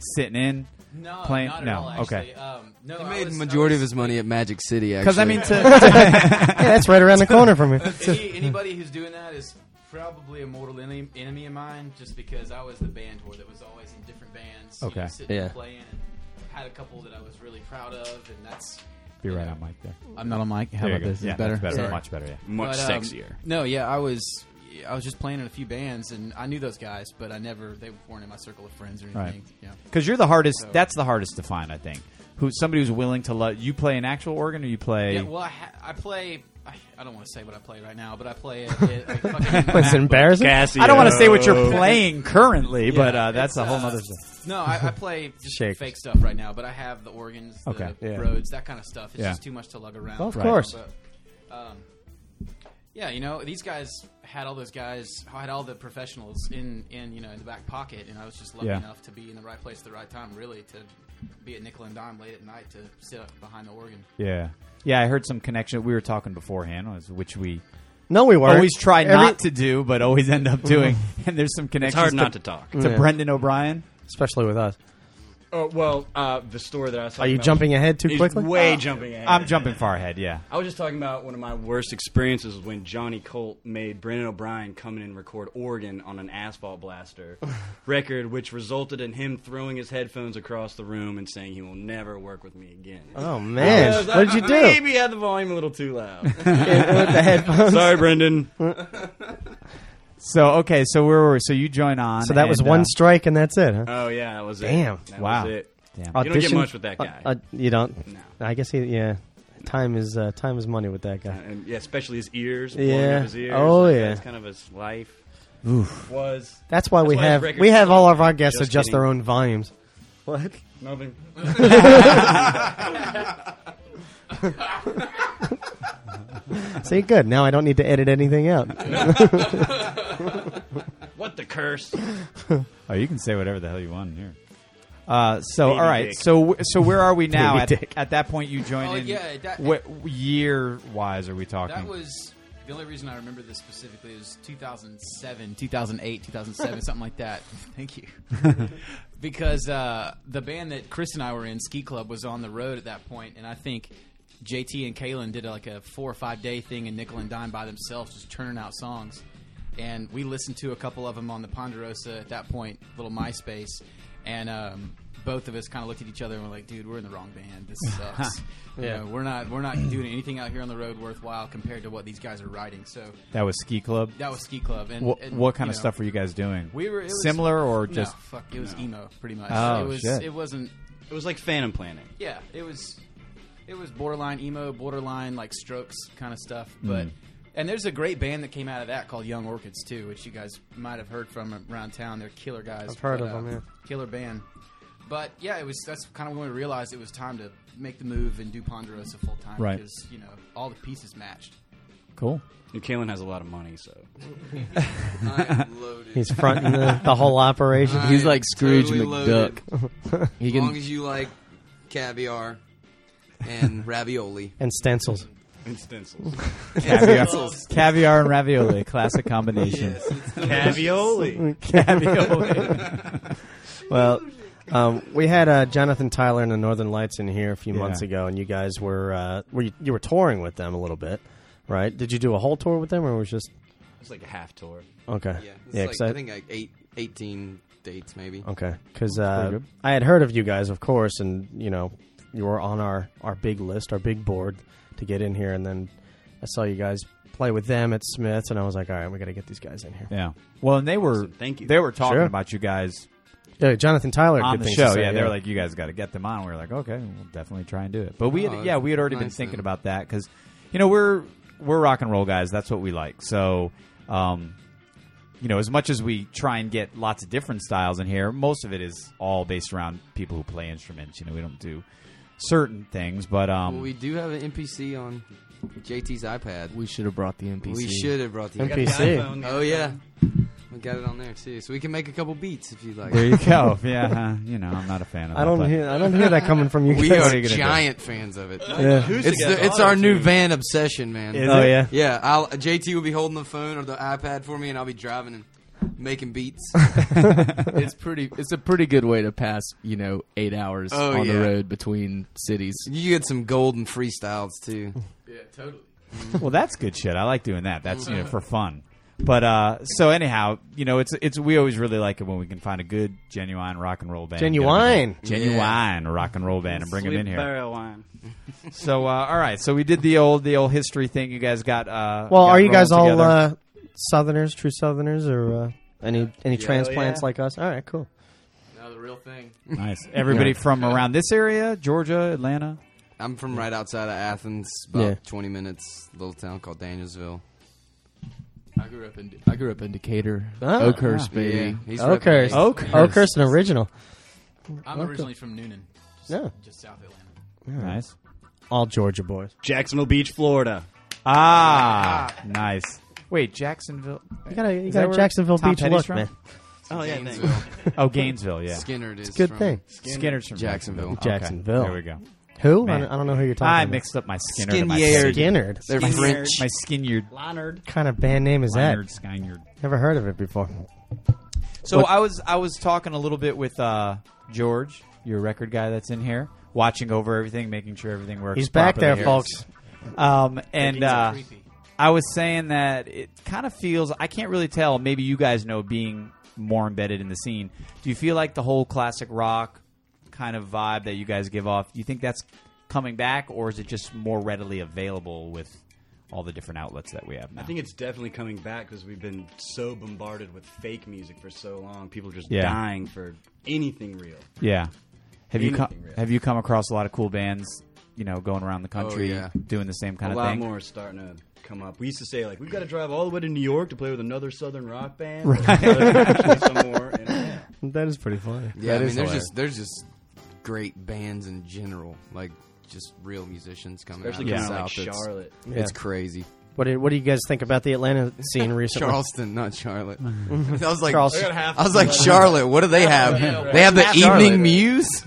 Speaker 3: sitting in?
Speaker 9: No,
Speaker 3: Playing-
Speaker 9: not at
Speaker 3: no,
Speaker 9: all, actually.
Speaker 3: okay.
Speaker 9: Um, no,
Speaker 4: He
Speaker 9: I
Speaker 4: made
Speaker 9: was-
Speaker 4: the
Speaker 9: I
Speaker 4: majority of
Speaker 9: was-
Speaker 4: his money at Magic City, actually.
Speaker 3: Because I mean,
Speaker 9: uh,
Speaker 3: [LAUGHS] to,
Speaker 2: Yeah, that's right around the corner from me.
Speaker 9: [LAUGHS] Any, anybody who's doing that is probably a mortal enemy, enemy of mine, just because I was the band whore that was always in different bands. you know,
Speaker 3: Okay.
Speaker 9: sitting and
Speaker 4: Yeah.
Speaker 9: playing. And had a couple that I was really proud of, and that's.
Speaker 3: be right on mic there.
Speaker 9: I'm not on mic. How
Speaker 3: There you
Speaker 9: about
Speaker 3: go.
Speaker 9: this?
Speaker 3: Yeah,
Speaker 9: it's better.
Speaker 3: that's better,
Speaker 9: Sorry.
Speaker 3: much better. Yeah.
Speaker 8: Much
Speaker 9: But, um,
Speaker 8: sexier.
Speaker 9: No, yeah, I was. I was just playing in a few bands, and I knew those guys, but I never. They weren't in my circle of friends or anything.
Speaker 3: Right.
Speaker 9: Yeah.
Speaker 3: Because you're the hardest.
Speaker 9: So-
Speaker 3: That's the hardest to find, I think. Who somebody who's willing to let you play an actual organ, or you play?
Speaker 9: Yeah, well, I, ha- I play. I, I don't want to say what I play right now, but I play it. it [LAUGHS] like fucking
Speaker 2: It's embarrassing.
Speaker 3: I don't want to say what you're playing currently, but uh, that's a whole
Speaker 9: uh,
Speaker 3: other thing.
Speaker 9: No, I, I play just
Speaker 3: Shakes.
Speaker 9: fake stuff right now, but I have the organs, the
Speaker 3: Okay. Yeah.
Speaker 9: roads, that kind of stuff. It's
Speaker 3: Yeah.
Speaker 9: just too much to lug around.
Speaker 2: of Right. course.
Speaker 9: But, um, yeah, you know, these guys had all those guys, had all the professionals in, in you know, in the back pocket, and I was just lucky
Speaker 3: Yeah.
Speaker 9: enough to be in the right place at the right time, really, to be at nickel and dime late at night to sit up behind the organ.
Speaker 3: Yeah, yeah. I heard some connection. We were talking beforehand, was- which we
Speaker 2: No, we weren't.
Speaker 3: always try
Speaker 2: Every-
Speaker 3: not to do, but always end up doing. and there's some connections.
Speaker 8: It's hard not to talk.
Speaker 3: to
Speaker 2: Yeah.
Speaker 3: Brendan O'Brien.
Speaker 2: especially with us.
Speaker 8: Oh, well, uh, the story that I saw.
Speaker 2: Are you jumping ahead too quickly? Oh.
Speaker 8: Way jumping ahead.
Speaker 3: I'm jumping far ahead. Yeah,
Speaker 8: I was just talking about one of my worst experiences was when Johnny Colt made Brendan O'Brien come in and record organ on an
Speaker 2: [LAUGHS]
Speaker 8: Asphalt Blaster record, which resulted in him throwing his headphones across the room and saying he will never work with me again.
Speaker 2: Oh man,
Speaker 8: Because I
Speaker 2: what did you do?
Speaker 8: Maybe had the volume a little too
Speaker 2: [LAUGHS]
Speaker 8: loud.
Speaker 2: With the headphones.
Speaker 8: Sorry, Brendan.
Speaker 3: So okay, so where were we? So you join on.
Speaker 2: So that was
Speaker 3: and,
Speaker 2: one
Speaker 3: uh,
Speaker 2: strike, and that's it. Huh?
Speaker 8: Oh yeah, that was it.
Speaker 2: Damn.
Speaker 8: That
Speaker 3: Wow.
Speaker 8: was it.
Speaker 3: Damn.
Speaker 8: You don't get much with that
Speaker 2: Uh,
Speaker 8: guy.
Speaker 2: uh, you don't.
Speaker 8: No.
Speaker 2: I guess he. Yeah, time is uh, time is money with that guy.
Speaker 8: and yeah, especially his ears. blowing
Speaker 2: Yeah.
Speaker 8: Up his ears.
Speaker 2: Oh,
Speaker 8: like,
Speaker 2: yeah.
Speaker 8: That's kind of his life. Was
Speaker 2: That's why
Speaker 8: That's
Speaker 2: we
Speaker 8: why his
Speaker 2: have
Speaker 8: records
Speaker 2: we have all of our guests
Speaker 8: Just
Speaker 2: adjust their
Speaker 8: kidding.
Speaker 2: own volumes. What?
Speaker 8: nothing.
Speaker 2: See, good. Now I don't need to edit anything out.
Speaker 8: What the curse?
Speaker 3: Oh, you can say whatever the hell you want here. Uh, so
Speaker 8: Baby
Speaker 3: all right,
Speaker 8: dick.
Speaker 3: so w- so where are we
Speaker 2: [LAUGHS]
Speaker 3: now?
Speaker 2: Baby
Speaker 3: At,
Speaker 2: dick.
Speaker 3: at that point, you join
Speaker 9: Oh,
Speaker 3: in.
Speaker 9: yeah, that-
Speaker 3: what year wise are we talking?
Speaker 9: That was the only reason I remember this specifically is 2007, 2008, 2007, [LAUGHS] something like that. Thank you. because uh, the band that Chris and I were in, Ski Club, was on the road at that point, and I think JT and Kalen did like a four or five day thing in Nickel and Dime by themselves, just turning out songs. And we listened to a couple of them on the Ponderosa at that point, little MySpace, and um, both of us kind of looked at each other and were like, "Dude, we're in the wrong
Speaker 3: [LAUGHS]
Speaker 9: band. This sucks. You know, we're not we're not doing anything out here on the road worthwhile compared to what these guys are writing." So
Speaker 3: that was ski club.
Speaker 9: that was Ski Club. And,
Speaker 3: Wha-
Speaker 9: and,
Speaker 3: what kind
Speaker 9: you
Speaker 3: of
Speaker 9: know,
Speaker 3: stuff were you guys doing?
Speaker 9: we were it was-
Speaker 3: similar or
Speaker 9: No,
Speaker 3: just
Speaker 9: fuck. It was emo, pretty much.
Speaker 3: Oh,
Speaker 9: it was
Speaker 3: shit.
Speaker 9: it wasn't
Speaker 8: It was like Phantom Planet.
Speaker 9: yeah, it was it was borderline emo, borderline like strokes kind of stuff.
Speaker 3: Mm-hmm.
Speaker 9: But and there's a great band that came out of that called Young Orchids too, which you guys might have heard from around town. They're killer guys. I've
Speaker 2: heard of them,
Speaker 9: Killer band. But yeah, it was that's kind of when we realized it was time to make the move and do Ponderosa full time
Speaker 3: Right.
Speaker 9: because you know all the pieces matched.
Speaker 3: cool?
Speaker 9: [LAUGHS]
Speaker 8: And Kalen has a lot of money, so
Speaker 4: I'm loaded.
Speaker 2: He's fronting the, the whole operation.
Speaker 8: [LAUGHS]
Speaker 7: He's like Scrooge
Speaker 4: Totally loaded.
Speaker 7: McDuck. He
Speaker 4: As long
Speaker 7: can.
Speaker 4: as you like caviar and
Speaker 8: [LAUGHS]
Speaker 4: ravioli.
Speaker 2: and stencils.
Speaker 5: [LAUGHS]
Speaker 8: and stencils.
Speaker 3: Caviar, caviar and ravioli,
Speaker 9: [LAUGHS]
Speaker 3: classic combination.
Speaker 8: Cavioli.
Speaker 2: Well,
Speaker 5: [LAUGHS]
Speaker 2: um, we had uh, Jonathan Tyler and the Northern Lights in here a few
Speaker 3: Yeah.
Speaker 2: months ago, and you guys were uh, were you, you were touring with them a little bit, right? Did you do a whole tour with them, or was it just
Speaker 5: It's like a half tour.
Speaker 2: Okay.
Speaker 5: Yeah. It's
Speaker 2: Yeah,
Speaker 5: like,
Speaker 2: 'cause
Speaker 5: I,
Speaker 2: I-
Speaker 5: think like eight, 18 dates maybe.
Speaker 2: Okay, because
Speaker 5: pretty
Speaker 2: uh,
Speaker 5: good.
Speaker 2: I had heard of you guys, of course, and you know you were on our our big list, our big board to get in here, and then I saw you guys play with them at Smith's, and I was like, all right, we got to get these guys in here.
Speaker 3: [LAUGHS] Yeah. Well, and they were
Speaker 8: thank you.
Speaker 3: They were talking
Speaker 2: Sure.
Speaker 3: about you guys
Speaker 2: Yeah, Jonathan Tyler
Speaker 3: on
Speaker 2: good
Speaker 3: the
Speaker 2: things
Speaker 3: show.
Speaker 2: to say,
Speaker 3: yeah, they were
Speaker 2: yeah.
Speaker 3: like, you guys got to get them on. We were like, okay, we'll definitely try and do it. But we,
Speaker 2: Oh,
Speaker 3: had, yeah, we had already been
Speaker 2: nice
Speaker 3: thinking
Speaker 2: then.
Speaker 3: about that because, you know, we're we're rock and roll guys. That's what we like. So, um, you know, as much as we try and get lots of different styles in here, most of it is all based around people who play instruments. You know, we don't do certain things, but um,
Speaker 5: well, we do have an NPC on JT's iPad.
Speaker 7: We should have brought the NPC.
Speaker 5: We should have brought the
Speaker 7: NPC.
Speaker 5: Oh yeah, we got it on there too, so we can make a couple beats if you'd like.
Speaker 3: There you go. Yeah, [LAUGHS] huh. you know, I'm not a fan of.
Speaker 2: I
Speaker 3: that,
Speaker 2: don't
Speaker 3: but-
Speaker 2: hear- I don't hear that coming from you
Speaker 5: We
Speaker 2: guys.
Speaker 5: are
Speaker 2: What are you gonna do?
Speaker 5: giant fans of it.
Speaker 2: Yeah. Acoustic
Speaker 5: It's,
Speaker 2: has
Speaker 5: the, it's our new
Speaker 2: auto-tune.
Speaker 5: van obsession, man.
Speaker 2: Is Oh, it? yeah?
Speaker 5: yeah. I'll, JT will be holding the phone or the iPad for me, and I'll be driving and
Speaker 2: [LAUGHS]
Speaker 5: making beats. It's
Speaker 7: it's [LAUGHS] pretty. It's a pretty good way to pass. You know, eight hours
Speaker 5: Oh,
Speaker 7: on
Speaker 5: yeah.
Speaker 7: the road between cities.
Speaker 5: You get some golden freestyles too.
Speaker 9: Yeah, totally.
Speaker 3: well, that's good shit. I like doing that. That's you
Speaker 8: Mm-hmm.
Speaker 3: know for fun. But uh, so anyhow, you know, it's it's we always really like it when we can find a good genuine rock and roll band,
Speaker 2: Genuine.
Speaker 3: genuine rock and roll band, and bring them in
Speaker 8: Sleep
Speaker 3: here.
Speaker 8: Barrel wine.
Speaker 3: [LAUGHS] So uh, all right, so we did the old the old history thing. You guys got uh,
Speaker 2: Well,
Speaker 3: got
Speaker 2: are you
Speaker 3: rolling
Speaker 2: guys all
Speaker 3: together.
Speaker 2: uh, Southerners, true Southerners, or uh, any any transplants
Speaker 7: yeah.
Speaker 2: like us? All right, cool.
Speaker 5: No, the real thing.
Speaker 3: nice? Everybody
Speaker 2: Yeah.
Speaker 3: from around this area, Georgia, Atlanta.
Speaker 5: I'm from right outside of Athens, about
Speaker 3: Yeah.
Speaker 5: 20 minutes, little town called Danielsville.
Speaker 7: I grew up in. I grew up in Decatur.
Speaker 2: Ah.
Speaker 7: Oakhurst,
Speaker 2: Yeah.
Speaker 7: baby.
Speaker 5: He's
Speaker 2: Oakhurst, Oak, Oakhurst, an original.
Speaker 9: I'm
Speaker 2: Oakhurst.
Speaker 9: originally from Noonan, just,
Speaker 2: Yeah.
Speaker 9: just south of Atlanta.
Speaker 3: Nice.
Speaker 2: All Georgia boys.
Speaker 8: Jacksonville Beach, Florida.
Speaker 3: Ah, nice. Wait, Jacksonville.
Speaker 2: You got a, you
Speaker 3: Is
Speaker 2: got
Speaker 3: that
Speaker 2: a
Speaker 3: where
Speaker 2: Jacksonville
Speaker 3: Tom
Speaker 2: Beach
Speaker 3: Petty's
Speaker 2: look,
Speaker 3: from?
Speaker 2: man.
Speaker 8: Oh yeah,
Speaker 5: thanks.
Speaker 3: Oh, Gainesville, yeah.
Speaker 5: Skinner it
Speaker 2: It's a
Speaker 5: is
Speaker 2: good
Speaker 5: from-
Speaker 2: thing.
Speaker 3: Skinner's from
Speaker 5: Jacksonville.
Speaker 3: Okay,
Speaker 2: Jacksonville.
Speaker 3: There we go.
Speaker 2: Who? I
Speaker 3: Man.
Speaker 2: don't, I don't know who you're
Speaker 3: I
Speaker 2: talking about.
Speaker 3: mixed up my Skinner. to my
Speaker 2: Skinyard.
Speaker 3: Skinner.
Speaker 2: Skinyard.
Speaker 5: They're
Speaker 3: My
Speaker 5: French.
Speaker 3: s- My Skinyard.
Speaker 8: Leonard.
Speaker 2: What kind of band name is that?
Speaker 3: Skinyard, Skinyard.
Speaker 2: Never heard of it before.
Speaker 3: So
Speaker 2: What-
Speaker 3: I was I was talking a little bit with uh, George, your record guy that's in here, watching over everything, making sure everything works.
Speaker 2: He's back
Speaker 3: properly.
Speaker 2: there, folks.
Speaker 3: Um, and
Speaker 9: Things are
Speaker 3: uh,
Speaker 9: creepy.
Speaker 3: I was saying that it kind of feels I can't really tell. Maybe you guys know being more embedded in the scene. Do you feel like the whole classic rock kind of vibe that you guys give off? Do you think that's coming back, or is it just more readily available with all the different outlets that we have now?
Speaker 8: I think it's definitely coming back because we've been so bombarded with fake music for so long. People are just
Speaker 3: Yeah.
Speaker 8: dying for anything real.
Speaker 3: Yeah. Have you
Speaker 8: Anything
Speaker 3: come?
Speaker 8: really. Oh,
Speaker 3: Have you come across a lot of cool bands? You know, going around the country
Speaker 5: yeah.
Speaker 3: doing the same kind
Speaker 8: a
Speaker 3: of
Speaker 8: lot
Speaker 3: thing.
Speaker 8: more is starting to come up. We used to say like we've got to drive all the way to New York to play with another Southern rock
Speaker 5: [LAUGHS]
Speaker 8: band. or actually some more, and, yeah.
Speaker 2: That is pretty funny.
Speaker 5: Yeah, I
Speaker 2: That
Speaker 5: mean,
Speaker 2: is
Speaker 5: there's
Speaker 2: hilarious.
Speaker 5: just there's just great bands in general, like just real musicians coming
Speaker 8: Especially
Speaker 5: out of
Speaker 8: coming
Speaker 5: the
Speaker 8: out of,
Speaker 5: south.
Speaker 8: like,
Speaker 5: It's-
Speaker 8: Charlotte.
Speaker 5: it's
Speaker 2: Yeah.
Speaker 5: crazy.
Speaker 2: What do, what do you guys think about the Atlanta scene recently?
Speaker 5: Charleston, not
Speaker 2: [LAUGHS]
Speaker 5: Charlotte. I was like,
Speaker 2: Charleston.
Speaker 5: I was like, Charlotte. What do they have? They have the
Speaker 2: Charlotte. [LAUGHS]
Speaker 5: Evening Muse.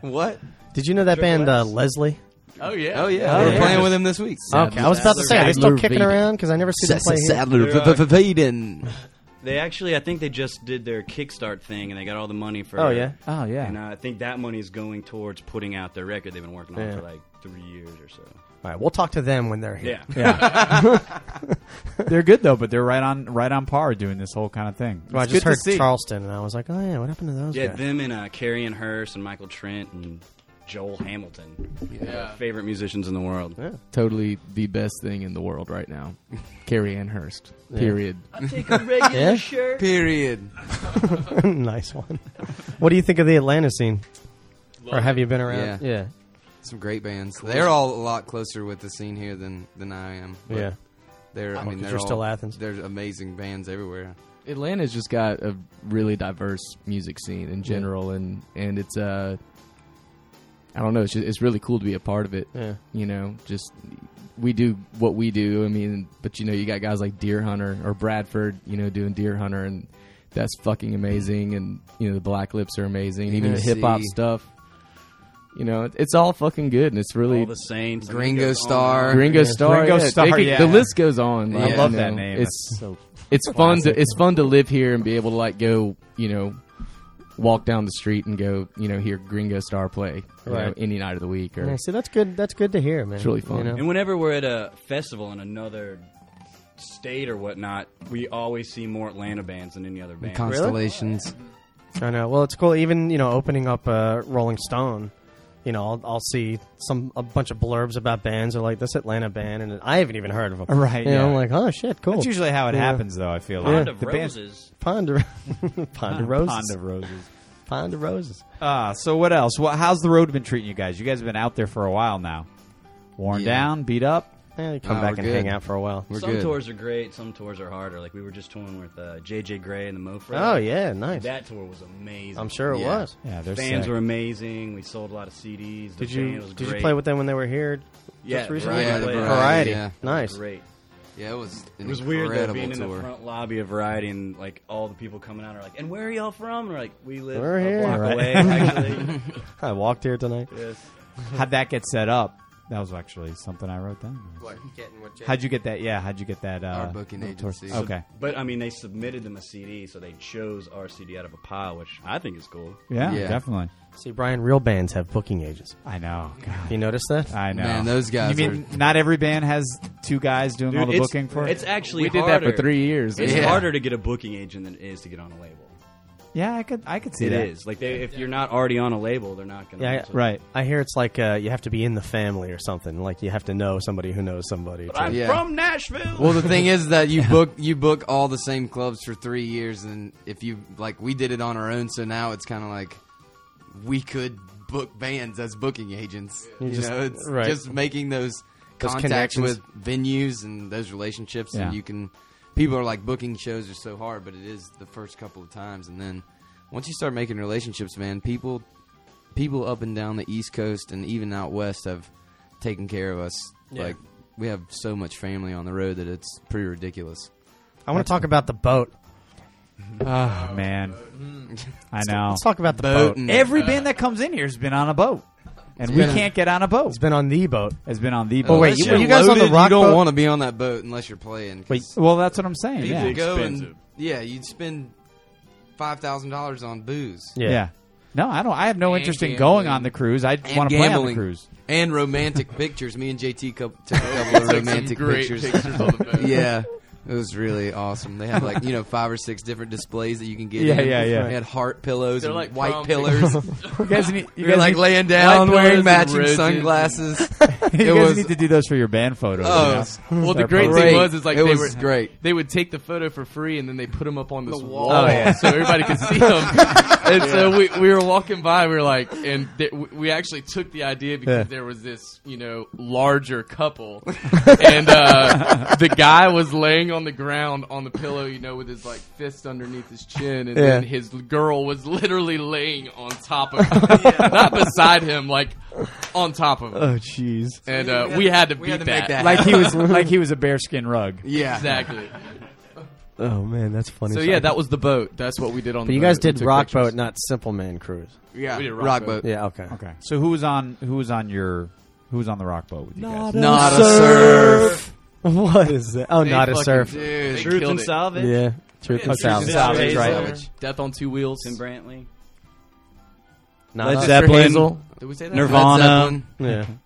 Speaker 5: what?
Speaker 2: Did you know that band uh, Leslie?
Speaker 5: Oh yeah, oh yeah.
Speaker 2: Oh,
Speaker 5: we were
Speaker 2: yeah.
Speaker 5: playing with him this week.
Speaker 2: Okay, I was about to say are they still kicking around because I never see them play here.
Speaker 5: Sadler
Speaker 8: They're, uh,
Speaker 5: Vaden.
Speaker 8: They actually, I think they just did their Kickstart thing, and they got all the money for.
Speaker 2: Oh, yeah?
Speaker 3: Oh, yeah.
Speaker 8: And uh, I think that money is going towards putting out their record they've been working on
Speaker 2: Yeah.
Speaker 8: for like three years or so.
Speaker 2: All right, we'll talk to them when they're here.
Speaker 8: Yeah.
Speaker 3: they're good though, but they're right on right on par doing this whole kind of thing.
Speaker 2: Well, I
Speaker 3: It's
Speaker 2: just
Speaker 3: good
Speaker 2: heard
Speaker 3: to see.
Speaker 2: Charleston, and I was like, oh yeah, what happened to those
Speaker 8: Yeah,
Speaker 2: guys?
Speaker 8: them and uh, Carrie and Hurst and Michael Trent and Joel Hamilton, yeah. favorite musicians in the world.
Speaker 7: Totally the best thing in the world
Speaker 5: [LAUGHS]
Speaker 7: right now. Carrie Ann Hurst. Period.
Speaker 2: Yeah?
Speaker 5: Period.
Speaker 2: [LAUGHS] nice one. What do you think of the Atlanta scene? or have you been around?
Speaker 5: Yeah.
Speaker 2: Yeah,
Speaker 5: [LAUGHS] Some great bands. They're all a lot closer with the scene here than than I am.
Speaker 2: yeah.
Speaker 5: but They're.
Speaker 2: Well,
Speaker 5: I mean,
Speaker 2: 'cause
Speaker 5: they're
Speaker 2: you're
Speaker 5: all-
Speaker 2: still Athens.
Speaker 5: There's amazing bands everywhere.
Speaker 7: Atlanta's just got a really diverse music scene in general, and and it's uh, I don't know, it's just, it's really cool to be a part of it.
Speaker 2: Yeah.
Speaker 7: You know, just we do what we do. I mean, but you know, you got guys like Deer Hunter or Bradford, you know, doing Deer Hunter, and that's fucking amazing. And you know, the Black Lips are amazing, and even the hip hop
Speaker 5: NC.
Speaker 7: stuff. You know, it- it's all fucking good, and it's really
Speaker 8: All the Saints, I mean, it
Speaker 5: Gringo
Speaker 8: goes on
Speaker 5: Star.
Speaker 7: Ringo Starr.
Speaker 3: Ringo
Speaker 7: yeah,
Speaker 3: Starr,
Speaker 7: they could-
Speaker 3: yeah.
Speaker 7: The list goes on.
Speaker 5: I
Speaker 7: you
Speaker 5: love
Speaker 3: that
Speaker 7: know,
Speaker 3: name.
Speaker 7: It's
Speaker 3: That's so
Speaker 7: it's fun to
Speaker 3: classic.
Speaker 7: it's fun to live here and be able to like go you know
Speaker 5: walk down the street and go, you know, hear Gringo Star play you know,
Speaker 2: Right.
Speaker 5: any night of the week or
Speaker 2: Yeah, so that's good. That's good to hear, man.
Speaker 5: It's really fun.
Speaker 2: You know?
Speaker 8: And whenever we're at a festival in another state or whatnot, we always see more Atlanta bands than any other band.
Speaker 7: Constellations.
Speaker 2: Oh, I know. Well, it's cool. Even you know, opening up uh, Rolling Stone, you know, I'll, I'll see some a bunch of blurbs about bands or like this Atlanta band, and I haven't even heard of them.
Speaker 3: Right,
Speaker 2: You know,
Speaker 3: yeah.
Speaker 2: I'm like, oh shit, cool.
Speaker 3: That's usually how it
Speaker 2: Yeah.
Speaker 3: happens, though. I feel
Speaker 2: Pond
Speaker 3: like
Speaker 2: of
Speaker 3: the band-
Speaker 8: Roses.
Speaker 2: Pond [LAUGHS] of Pond of Roses.
Speaker 3: Pond of roses.
Speaker 2: Pond of Roses.
Speaker 3: Ah, so what else? Well, how's the road been treating you guys? You guys have been out there for a while now, worn
Speaker 7: Yeah.
Speaker 3: down, beat up.
Speaker 2: Yeah, you come
Speaker 7: Ah,
Speaker 2: back
Speaker 7: we're
Speaker 2: and
Speaker 7: good.
Speaker 2: hang out for a while.
Speaker 7: We're
Speaker 8: some
Speaker 7: good.
Speaker 8: tours are great, some tours are harder. Like we were just touring with uh, JJ Gray and the Mofro.
Speaker 2: Oh yeah, nice.
Speaker 8: That tour was amazing.
Speaker 2: I'm sure it
Speaker 7: Yeah.
Speaker 2: was.
Speaker 3: Yeah, they're
Speaker 8: Fans
Speaker 3: sick.
Speaker 8: were amazing. We sold a lot of CDs. The
Speaker 2: Did
Speaker 8: band
Speaker 2: you
Speaker 8: was
Speaker 2: did you
Speaker 8: great.
Speaker 2: play with them when they were here?
Speaker 8: yeah,
Speaker 2: just recently?
Speaker 8: Variety
Speaker 7: Yeah,
Speaker 8: played.
Speaker 7: the
Speaker 2: Variety.
Speaker 7: Variety, yeah.
Speaker 2: Nice.
Speaker 8: Great.
Speaker 7: Yeah, it was. An
Speaker 8: It was weird though,
Speaker 7: incredible
Speaker 8: being in
Speaker 7: tour.
Speaker 8: the front lobby of Variety and like all the people coming out are like, "And where are y'all from?" And we're like, "We live
Speaker 2: We're
Speaker 8: a
Speaker 2: here,
Speaker 8: block
Speaker 2: right?"
Speaker 8: away." Actually,
Speaker 2: I walked here tonight.
Speaker 8: yes.
Speaker 3: How'd that get set up? That was actually something I wrote down. How'd you get that? Yeah, how'd you get that? Uh,
Speaker 7: Our booking
Speaker 3: little tour-
Speaker 7: agency.
Speaker 3: Okay.
Speaker 8: But I mean, they submitted them a CD, so they chose our CD out of a pile, which I think is cool.
Speaker 3: Yeah,
Speaker 7: Yeah.
Speaker 3: definitely.
Speaker 2: See, Brian, real bands have booking agents.
Speaker 3: I know. God,
Speaker 2: You notice that?
Speaker 3: I know.
Speaker 7: Man, those guys
Speaker 3: You mean not every band has two guys doing all the
Speaker 8: it's,
Speaker 3: booking for it?
Speaker 8: it's actually
Speaker 5: We did that
Speaker 8: harder.
Speaker 5: for three years.
Speaker 8: It's
Speaker 7: Yeah.
Speaker 8: harder to get a booking agent than it is to get on a label.
Speaker 3: yeah, I could. I could see
Speaker 8: It is
Speaker 3: that.
Speaker 8: like they, if you're not already on a label, they're not going to.
Speaker 2: Yeah, yeah.
Speaker 3: Right.
Speaker 2: I hear it's like uh, you have to be in the family or something. Like you have to know somebody who knows somebody. to-
Speaker 8: I'm
Speaker 7: Yeah.
Speaker 8: from Nashville.
Speaker 7: Well, the thing is that you book you book all the same clubs for three years, and if you like, we did it on our own, so now it's kind of like we could book bands as booking agents. You,
Speaker 2: just-
Speaker 7: know, it's
Speaker 2: right.
Speaker 7: just making those,
Speaker 2: Those
Speaker 7: contacts
Speaker 2: connections.
Speaker 7: with venues and those relationships,
Speaker 3: Yeah.
Speaker 7: and you can. People are like booking shows are so hard, but it is the first couple of times, and then once you start making relationships, man, people people up and down the East Coast and even out west have taken care of us.
Speaker 2: Yeah.
Speaker 7: Like we have so much family on the road that it's pretty ridiculous.
Speaker 2: I want to talk about the boat.
Speaker 3: Oh man, I know.
Speaker 2: Let's talk about the boat.
Speaker 7: Boat and-
Speaker 3: Every band that comes in here has been on a boat, and we
Speaker 7: been-
Speaker 3: can't get on a boat.
Speaker 2: It's been on the boat.
Speaker 3: Has been on the boat.
Speaker 2: Oh, wait,
Speaker 7: Unless
Speaker 2: you- were
Speaker 7: you're
Speaker 2: you guys on the
Speaker 7: loaded,
Speaker 2: rock
Speaker 7: You don't
Speaker 2: boat?
Speaker 7: want to be on that boat unless you're playing. 'cause
Speaker 2: Wait,
Speaker 3: Well, that's what I'm saying.
Speaker 7: people
Speaker 3: Yeah.
Speaker 7: go and
Speaker 8: Expensive.
Speaker 7: yeah, you'd spend five thousand dollars on booze.
Speaker 3: yeah, No, I don't. I have no
Speaker 7: And
Speaker 3: interest in
Speaker 7: gambling.
Speaker 3: going on the cruise. I
Speaker 7: And
Speaker 3: want to play on the
Speaker 7: gambling. [LAUGHS]
Speaker 3: cruise.
Speaker 7: And romantic pictures. Me and JT co-
Speaker 9: [LAUGHS]
Speaker 7: took a couple of romantic pictures.
Speaker 9: on
Speaker 7: [LAUGHS]
Speaker 9: the boat.
Speaker 7: yeah. It was really awesome. They had like you know five or six different displays that you can get.
Speaker 3: Yeah,
Speaker 7: in.
Speaker 3: yeah, yeah.
Speaker 7: They had heart pillows
Speaker 9: They're
Speaker 7: and
Speaker 9: like
Speaker 7: white
Speaker 9: prom
Speaker 7: pillars. [LAUGHS]
Speaker 3: You guys need. You
Speaker 7: You're
Speaker 3: guys
Speaker 7: like
Speaker 3: need,
Speaker 7: laying down,
Speaker 9: white
Speaker 7: wearing
Speaker 9: pillows and
Speaker 7: matching
Speaker 9: roses.
Speaker 3: [LAUGHS]
Speaker 7: sunglasses.
Speaker 3: you
Speaker 7: it
Speaker 3: guys
Speaker 7: was-
Speaker 3: need to do those for your band photos.
Speaker 7: [LAUGHS]
Speaker 3: you know?
Speaker 7: oh,
Speaker 9: Well, the
Speaker 3: They're
Speaker 9: great
Speaker 7: great.
Speaker 9: thing was is like
Speaker 7: It
Speaker 9: they
Speaker 7: was
Speaker 9: were
Speaker 7: great.
Speaker 9: They would take the photo for free and then they put them up on this wall,
Speaker 7: wall. Oh, yeah. [LAUGHS]
Speaker 9: so everybody could see them. and so we, we were walking by, we were like, and th- we- we actually took the idea because there was this you know larger couple, and uh, the guy was laying on the ground on the pillow, you know, with his like fist underneath his chin, and then
Speaker 2: Yeah.
Speaker 9: his girl was literally laying on
Speaker 7: [LAUGHS]
Speaker 9: top of him, not beside him, like on top
Speaker 7: Uh,
Speaker 9: of him.
Speaker 3: Oh, jeez.
Speaker 9: and uh, we had to beat
Speaker 7: we had to make that.
Speaker 3: Like he was like he was a bearskin rug.
Speaker 7: yeah,
Speaker 9: Exactly.
Speaker 2: Oh man, that's funny.
Speaker 9: So yeah, that was the boat. That's what we did on.
Speaker 2: But
Speaker 9: the
Speaker 2: you guys
Speaker 9: boat. We
Speaker 2: did
Speaker 9: took
Speaker 2: Rock
Speaker 9: pictures.
Speaker 2: Boat, not Simple Man Cruise.
Speaker 7: yeah.
Speaker 9: We did Rock
Speaker 7: rock
Speaker 9: Boat.
Speaker 7: boat.
Speaker 2: Yeah, okay. [LAUGHS]
Speaker 3: Okay. So who was on who was on your who was on the rock boat with you guys?
Speaker 7: Not a surf.
Speaker 2: What is that? Oh,
Speaker 9: They
Speaker 2: not a
Speaker 9: fucking-
Speaker 2: surf.
Speaker 7: Dude,
Speaker 9: They
Speaker 8: Truth
Speaker 9: killed
Speaker 8: and
Speaker 9: it.
Speaker 8: Salvage.
Speaker 2: Yeah, Truth and
Speaker 3: Truth and
Speaker 2: Salvage.
Speaker 3: Salvage,
Speaker 7: Salvage,
Speaker 3: right.
Speaker 7: Salvage.
Speaker 9: Death on two wheels.
Speaker 8: Tim Brantley.
Speaker 2: Not
Speaker 3: Led
Speaker 2: a-
Speaker 3: Zeppelin.
Speaker 5: Hazel.
Speaker 9: Did we say that?
Speaker 3: Nirvana.
Speaker 7: Led Zeppelin.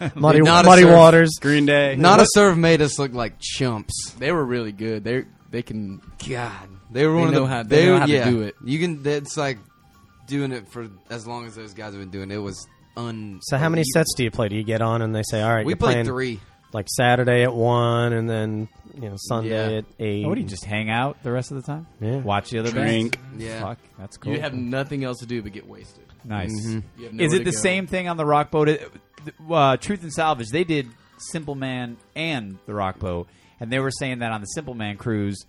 Speaker 2: Yeah. [LAUGHS] muddy
Speaker 7: Not a
Speaker 2: muddy
Speaker 7: surf.
Speaker 2: waters.
Speaker 8: Green Day.
Speaker 7: Not a serve made us look like chumps.
Speaker 5: They were really good. They they can
Speaker 7: God, they were one
Speaker 5: know
Speaker 7: of the
Speaker 5: how- they know how to
Speaker 7: yeah.
Speaker 5: do it.
Speaker 7: You can. It's like doing it for as long as those guys have been doing it. It was un.
Speaker 2: So how many sets do you play? Do you get on and they say, all right,
Speaker 7: We
Speaker 2: you're
Speaker 7: played
Speaker 2: playing
Speaker 7: three.
Speaker 2: like Saturday at one, and then you know Sunday
Speaker 7: Yeah.
Speaker 2: at eight.
Speaker 3: Oh, what do you just hang out the rest of the time?
Speaker 2: Yeah.
Speaker 3: Watch the other
Speaker 8: Drink.
Speaker 3: bands?
Speaker 7: Yeah.
Speaker 3: Fuck, that's cool.
Speaker 5: you have nothing else to do but get wasted.
Speaker 3: nice.
Speaker 7: Mm-hmm.
Speaker 5: You have
Speaker 3: Is
Speaker 5: nowhere
Speaker 3: it
Speaker 5: to
Speaker 3: the
Speaker 5: go.
Speaker 3: same thing on the rock boat? It- Uh, Truth and Salvage. They did Simple Man and the rock boat, and they were saying that on the Simple Man cruise,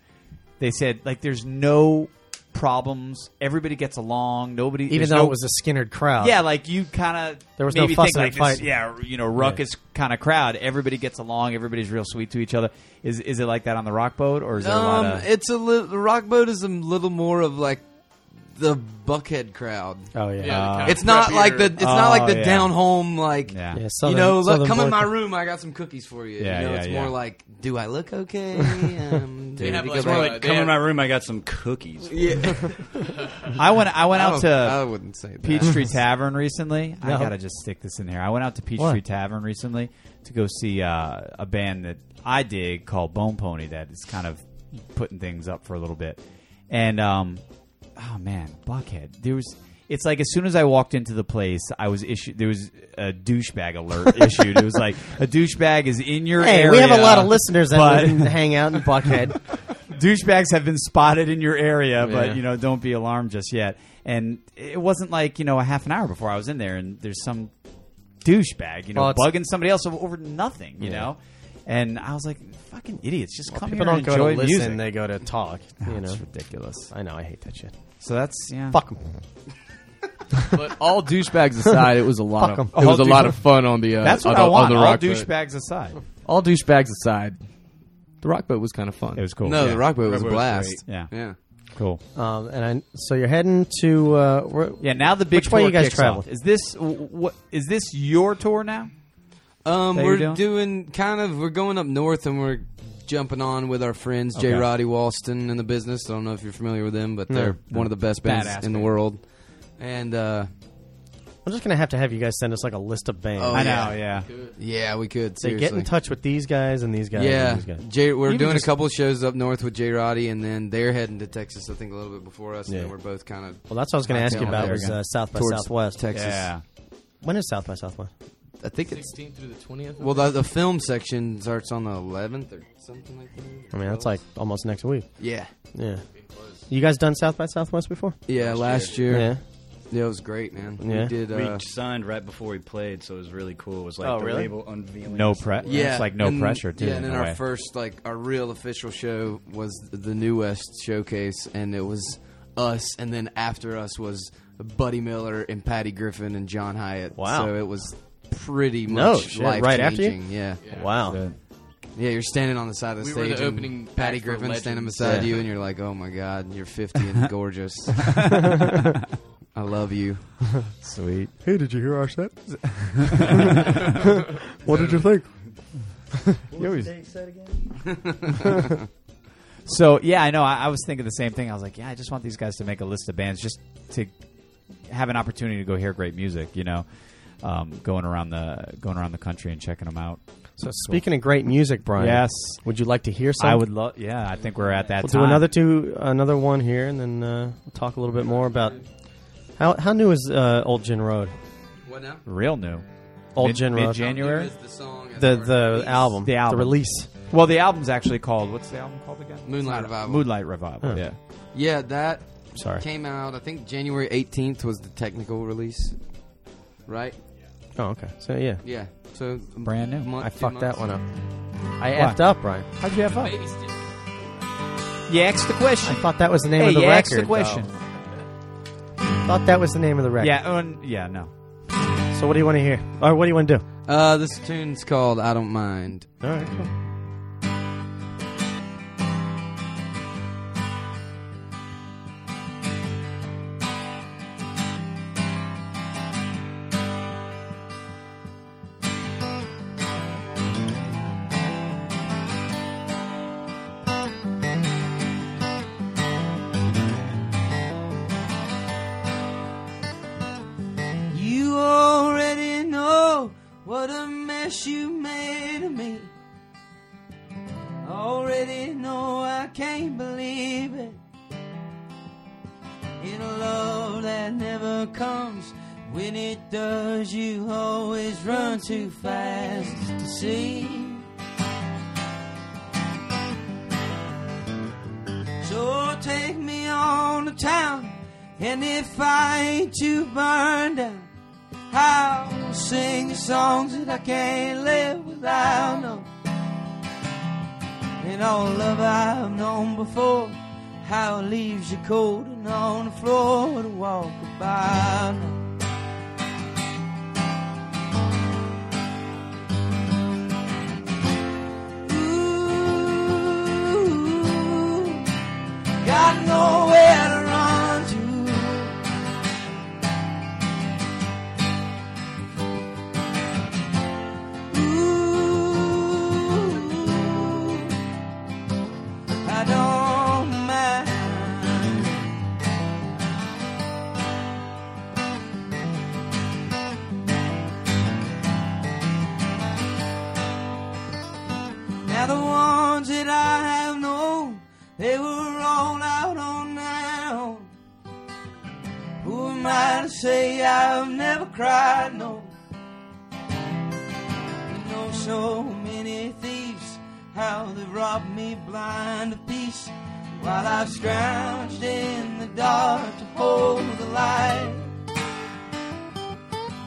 Speaker 3: they said like there's no problems. Everybody gets along. Nobody
Speaker 2: even
Speaker 3: there's
Speaker 2: though
Speaker 3: no-
Speaker 2: it was a Skinnered crowd?
Speaker 3: Yeah, like you kind of
Speaker 2: There was no
Speaker 3: maybe
Speaker 2: fuss
Speaker 3: think
Speaker 2: and
Speaker 3: like
Speaker 2: fight.
Speaker 3: this, yeah, you know, ruckus kind of crowd. Everybody gets along. Everybody's real sweet to each other. Is is it like that on the rock boat, or is there a lot
Speaker 7: Um,
Speaker 3: of
Speaker 7: it's a little. Rock boat is a little more of like
Speaker 4: the Buckhead crowd.
Speaker 2: Oh yeah.
Speaker 9: Yeah, the kind of
Speaker 4: It's not
Speaker 9: preppier-
Speaker 4: like the it's not like the
Speaker 3: yeah.
Speaker 4: down home like
Speaker 3: Yeah.
Speaker 2: Yeah,
Speaker 4: you
Speaker 2: Southern-
Speaker 4: know look,
Speaker 2: Southern
Speaker 4: come in
Speaker 2: Boy-
Speaker 4: my room I got some cookies for you.
Speaker 3: Yeah,
Speaker 4: you know,
Speaker 3: yeah,
Speaker 4: it's
Speaker 3: yeah.
Speaker 4: more like do I look
Speaker 2: [LAUGHS]
Speaker 4: okay? Um, do
Speaker 9: They
Speaker 4: I
Speaker 9: have,
Speaker 4: need to
Speaker 9: like,
Speaker 4: go
Speaker 9: more
Speaker 4: back?
Speaker 9: like-
Speaker 8: Come
Speaker 9: Yeah.
Speaker 8: in my room. I got some cookies.
Speaker 3: I went. I went
Speaker 4: I
Speaker 3: out
Speaker 4: don't-
Speaker 3: to.
Speaker 4: I wouldn't say that.
Speaker 3: Peachtree Tavern recently. I
Speaker 2: No.
Speaker 3: gotta just stick this in here. I went out to Peachtree
Speaker 2: What?
Speaker 3: Tavern recently to go see uh, a band that I dig called Bone Pony that is kind of putting things up for a little bit. And um, oh man, Buckhead. There was. It's like as soon as I walked into the place, I was issued. There was a
Speaker 10: [LAUGHS]
Speaker 3: douchebag alert issued. It was like a douchebag is in your
Speaker 10: Hey,
Speaker 3: area.
Speaker 10: we have a lot of listeners that
Speaker 3: but-
Speaker 10: live and hang out
Speaker 3: [LAUGHS]
Speaker 10: in Buckhead.
Speaker 3: douchebags have been spotted in your area,
Speaker 4: Yeah.
Speaker 3: but you know, don't be alarmed just yet. And it wasn't like you know a half an hour before I was in there, and there's some douchebag, you know,
Speaker 2: Well, it's-
Speaker 3: bugging somebody else over nothing, you know. And I was like, "Fucking idiots! Just come
Speaker 2: People
Speaker 3: here
Speaker 2: don't
Speaker 3: and
Speaker 2: go to
Speaker 3: enjoy
Speaker 2: listen;
Speaker 3: music." Ah,
Speaker 2: they go to talk. You know,
Speaker 3: It's ridiculous.
Speaker 2: I know. I hate that shit.
Speaker 3: So that's yeah.
Speaker 2: Fuck 'em.
Speaker 7: But all douchebags aside, it was a lot of it was a
Speaker 3: All
Speaker 7: lot
Speaker 3: douche-
Speaker 7: of fun on the uh,
Speaker 3: That's
Speaker 7: on
Speaker 3: what
Speaker 7: the,
Speaker 3: I want.
Speaker 7: on the
Speaker 3: All
Speaker 7: rock boat.
Speaker 3: douchebags aside,
Speaker 7: all douchebags aside, the rock boat was kind of fun.
Speaker 3: it was cool.
Speaker 4: No,
Speaker 3: yeah.
Speaker 4: the rock boat was a
Speaker 8: Rock Boat
Speaker 4: blast.
Speaker 8: was
Speaker 3: Yeah.
Speaker 4: yeah.
Speaker 3: cool.
Speaker 2: Um, and I, so you're heading to uh, where,
Speaker 3: Yeah, now the big
Speaker 2: Which
Speaker 3: tour
Speaker 2: way you guys
Speaker 3: kicks
Speaker 2: travel?
Speaker 3: off. Is this what? Is this your tour now?
Speaker 4: Um,
Speaker 3: that
Speaker 4: we're
Speaker 3: you're doing?
Speaker 4: doing? kind of we're going up north and we're jumping on with our friends J.
Speaker 3: Okay.
Speaker 4: Roddy Walston in the business. I don't know if you're familiar with them, but they're one of the best bands
Speaker 9: Badass
Speaker 4: in the
Speaker 9: band.
Speaker 4: world. And uh,
Speaker 2: I'm just gonna have to have you guys send us like a list of bands.
Speaker 4: Oh,
Speaker 3: I
Speaker 4: yeah.
Speaker 3: know. Yeah.
Speaker 4: yeah, we could
Speaker 2: Say,
Speaker 4: seriously.
Speaker 2: get in touch with these guys and these guys.
Speaker 4: Yeah,
Speaker 2: and these guys.
Speaker 4: Jay, we're
Speaker 3: Even
Speaker 4: doing
Speaker 3: just-
Speaker 4: a couple shows up north with J. Roddy, and then they're heading to Texas. I think a little bit before us,
Speaker 2: Yeah.
Speaker 4: and we're both kind of
Speaker 2: Well, that's what I was gonna ask you
Speaker 4: Hotel
Speaker 2: about
Speaker 4: there
Speaker 2: was
Speaker 3: again.
Speaker 2: uh, South by
Speaker 4: towards
Speaker 2: Southwest.
Speaker 4: Texas.
Speaker 3: Yeah.
Speaker 2: When is South by Southwest?
Speaker 4: I think it's
Speaker 7: 16th through the 20th.
Speaker 4: well, the, the film section starts on the 11th or something like that.
Speaker 2: I mean, that's like almost next week.
Speaker 4: yeah,
Speaker 2: Yeah. You guys done South by Southwest before?
Speaker 4: yeah. Last year,
Speaker 2: Yeah.
Speaker 4: yeah, it was great, man.
Speaker 2: Yeah.
Speaker 4: We did.
Speaker 8: We
Speaker 4: Uh,
Speaker 8: signed right before we played, so it was really cool. It was like
Speaker 2: Oh,
Speaker 8: the
Speaker 2: really?
Speaker 8: label unveiling.
Speaker 3: No
Speaker 8: us.
Speaker 3: pressure.
Speaker 4: Yeah,
Speaker 3: It's like no
Speaker 4: and-
Speaker 3: pressure too.
Speaker 4: Yeah, and
Speaker 3: in
Speaker 4: then
Speaker 3: a
Speaker 4: our
Speaker 3: way.
Speaker 4: first like our real official show was the New West showcase, and it was us, and then after us was Buddy Miller and Patty Griffin and John Hyatt.
Speaker 2: Wow.
Speaker 4: so it was pretty
Speaker 2: No
Speaker 4: much
Speaker 2: shit, right after you?
Speaker 4: life-changing, Yeah,
Speaker 2: Wow.
Speaker 4: yeah, you're standing on the side of the
Speaker 9: We were
Speaker 4: stage.
Speaker 9: the
Speaker 4: and
Speaker 9: opening act
Speaker 4: Patty
Speaker 9: for
Speaker 4: Griffin
Speaker 9: Legends.
Speaker 4: standing beside you, and you're like, "Oh my God, you're
Speaker 2: [LAUGHS]
Speaker 4: 50 and gorgeous. I love you."
Speaker 3: sweet.
Speaker 11: Hey, did you hear our set? what did you think?
Speaker 3: So yeah, I know. I, I was thinking the same thing. I was like, yeah, I just want these guys to make a list of bands just to have an opportunity to go hear great music. You know, um, going around the going around the country and checking them out.
Speaker 2: So speaking of great music, Brian.
Speaker 3: Yes.
Speaker 2: Would you like to hear some?
Speaker 3: I would love. Yeah, I think we're at that.
Speaker 2: We'll
Speaker 3: time.
Speaker 2: do another two, another one here, and then uh, we'll talk a little bit more about how how new is uh, Old Gin Road?
Speaker 4: What now?
Speaker 3: real new.
Speaker 2: Old
Speaker 3: Mid-
Speaker 2: Gin Road.
Speaker 3: mid-January?
Speaker 4: Is the song as
Speaker 2: The
Speaker 4: our
Speaker 2: the
Speaker 4: release?
Speaker 2: album,
Speaker 3: The album.
Speaker 2: release.
Speaker 3: Well, the album's actually called what's the album called again?
Speaker 4: Moonlight Revival.
Speaker 3: Moonlight Revival.
Speaker 2: Huh.
Speaker 3: Yeah.
Speaker 4: Yeah, that
Speaker 2: Sorry.
Speaker 4: came out. I think January 18th was the technical release, right?
Speaker 2: Oh, okay. So yeah,
Speaker 4: Yeah. So
Speaker 3: Brand new.
Speaker 4: Month,
Speaker 2: I
Speaker 4: two
Speaker 2: fucked that one
Speaker 4: months.
Speaker 2: up. I
Speaker 3: Why?
Speaker 2: effed up, Brian.
Speaker 3: How'd you have fun? You asked the
Speaker 2: I
Speaker 3: question.
Speaker 2: thought that was the name
Speaker 3: Hey,
Speaker 2: of the
Speaker 3: you asked
Speaker 2: record.
Speaker 3: the question.
Speaker 2: though. Thought that was the name of the record.
Speaker 3: Yeah. un- yeah. No.
Speaker 2: So what do you want to hear? Or what do you want to do?
Speaker 4: Uh, this tune's called "I Don't Mind."
Speaker 2: All right. Cool.
Speaker 5: You already know what a mess you made of me. Already know I can't believe it. In a love that never comes, when it does, you always run too fast to see. So take me on to town, and if I ain't too burned out, I'll sing songs that I can't live without. No. And all love I've known before, how it leaves you cold and on the floor to walk about. No. Ooh, got nowhere to run to. the ones that I have known. They were all out on their own. Who am I to say I've never cried? No. I know so many thieves, how they robbed me blind of peace. While I've scrounged in the dark to hold the light.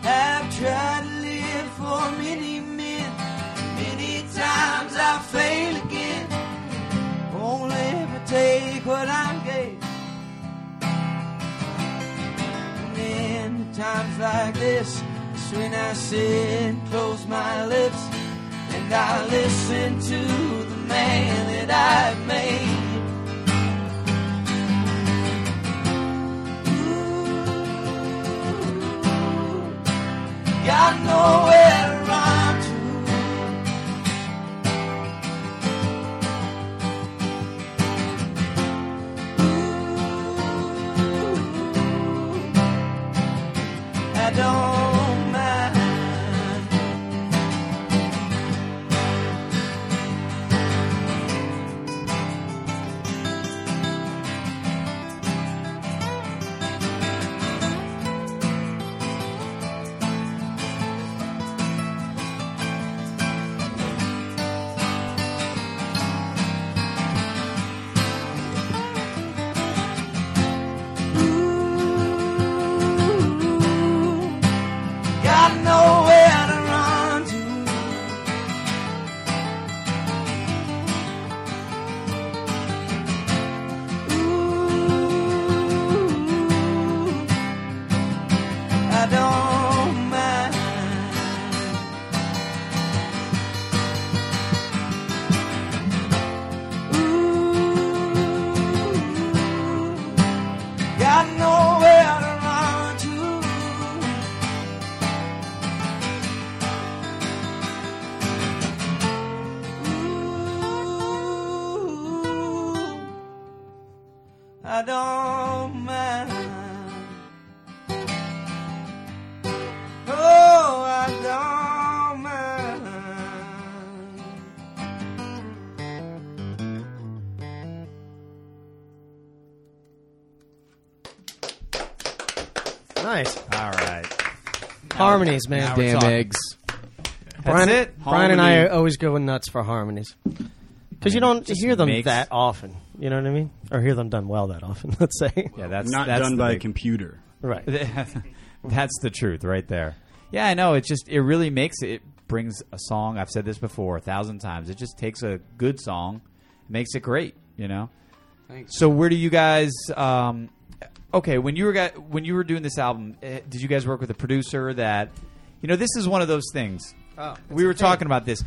Speaker 5: I've tried to live for many men. Many times I fail again. Only ever take what I'm gave. And in times like this, it's when I sit and close my lips and I listen to the man that I've made. got nowhere to run to. Ooh, I don't mind. got nowhere to run to. Ooh, I don't mind. Ooh, got nowhere to run to. Ooh, I don't mind. Oh, I don't mind.
Speaker 2: Nice
Speaker 3: All right.
Speaker 2: harmonies, man.
Speaker 9: now we're
Speaker 4: Damn
Speaker 9: talking.
Speaker 4: eggs.
Speaker 2: Brian,
Speaker 3: it.
Speaker 2: Brian and I
Speaker 3: Harmony.
Speaker 2: always go nuts for harmonies because you don't hear them
Speaker 3: makes-
Speaker 2: that often. You know what I mean? Or hear them done well that often. [LAUGHS] Let's say,
Speaker 3: Yeah, that's
Speaker 8: Not
Speaker 3: that's
Speaker 8: done
Speaker 3: the
Speaker 8: by a
Speaker 3: big-
Speaker 8: computer.
Speaker 2: right?
Speaker 3: [LAUGHS] That's the truth right there. Yeah, I know. It just it really makes it brings a song. I've said this before a thousand times. It just takes a good song, makes it great. You know.
Speaker 4: Thanks.
Speaker 3: So where do you guys? Um, okay, when you were got, when you were doing this album, eh, did you guys work with a producer that? You know, this is one of those things. we were talking about this.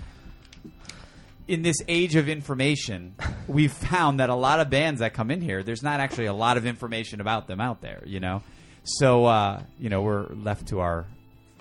Speaker 3: In this age of information, we've found that a lot of bands that come in here, there's not actually a lot of information about them out there. You know, so uh, you know we're left to our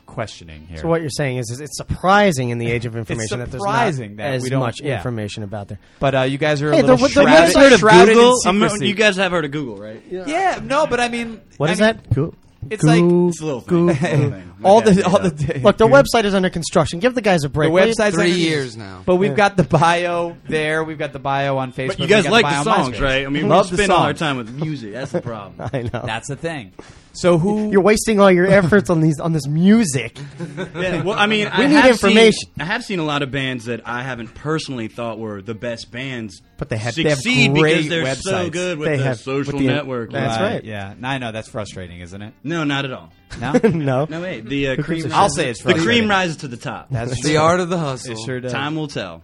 Speaker 3: questioning here.
Speaker 2: So what you're saying is, is it's surprising in the age of information
Speaker 3: surprising
Speaker 2: that there's not
Speaker 3: that
Speaker 2: as
Speaker 3: we don't-
Speaker 2: much
Speaker 3: yeah.
Speaker 2: information about there.
Speaker 3: but uh, you guys are
Speaker 2: Hey,
Speaker 3: a
Speaker 2: the-
Speaker 3: little
Speaker 2: the
Speaker 3: shrouded,
Speaker 2: website of
Speaker 3: shrouded
Speaker 8: Google?
Speaker 3: in
Speaker 8: I'm-
Speaker 3: secrecy.
Speaker 8: you guys have heard of Google, right?
Speaker 3: yeah, no, but I mean,
Speaker 2: What
Speaker 3: I
Speaker 2: is
Speaker 3: mean,
Speaker 2: that? Goo-
Speaker 3: it's like-
Speaker 2: goo-
Speaker 8: It's a little thing.
Speaker 2: goo-
Speaker 8: It's a little thing. My
Speaker 3: All
Speaker 8: dad
Speaker 3: the
Speaker 8: made
Speaker 3: all
Speaker 8: it
Speaker 3: the [LAUGHS]
Speaker 2: [LAUGHS]
Speaker 8: up.
Speaker 2: Look, the website is under construction. Give the guys a break.
Speaker 3: The
Speaker 2: will you?
Speaker 3: website's
Speaker 4: Three
Speaker 3: under-
Speaker 4: years now.
Speaker 3: But we've got the bio there. We've got the bio on Facebook.
Speaker 8: But you
Speaker 3: we've
Speaker 8: guys
Speaker 3: got
Speaker 8: like
Speaker 3: bio
Speaker 8: the
Speaker 3: on
Speaker 8: songs,
Speaker 3: MySpace.
Speaker 8: right? I mean,
Speaker 3: Love
Speaker 8: we
Speaker 3: the
Speaker 8: spend all our
Speaker 3: songs.
Speaker 8: time with music. That's
Speaker 3: [LAUGHS]
Speaker 8: the problem.
Speaker 2: [LAUGHS] I know.
Speaker 3: That's the thing. So who?
Speaker 2: You're wasting all your efforts on these on this
Speaker 3: [LAUGHS]
Speaker 2: music.
Speaker 8: yeah, well, I mean,
Speaker 2: We
Speaker 8: I
Speaker 2: need
Speaker 8: have
Speaker 2: information.
Speaker 8: Seen, I have seen a lot of bands that I haven't personally thought were the best bands,
Speaker 3: But they have- they have
Speaker 8: succeed
Speaker 3: great
Speaker 8: because they're so
Speaker 3: websites.
Speaker 8: good with
Speaker 2: They
Speaker 8: the
Speaker 2: have-
Speaker 8: social
Speaker 2: with the-
Speaker 8: network.
Speaker 2: That's
Speaker 3: Right,
Speaker 2: right.
Speaker 3: Uh, Yeah. No, I know that's frustrating, isn't it?
Speaker 8: No, not at all.
Speaker 3: No.
Speaker 2: no.
Speaker 8: No wait, the uh, cream.
Speaker 2: gives a
Speaker 3: I'll
Speaker 8: rises-
Speaker 3: say it's
Speaker 8: the
Speaker 3: frustrating.
Speaker 8: cream rises to the top.
Speaker 3: That's
Speaker 4: The
Speaker 3: true.
Speaker 4: art of the hustle.
Speaker 3: It sure does.
Speaker 8: Time will tell.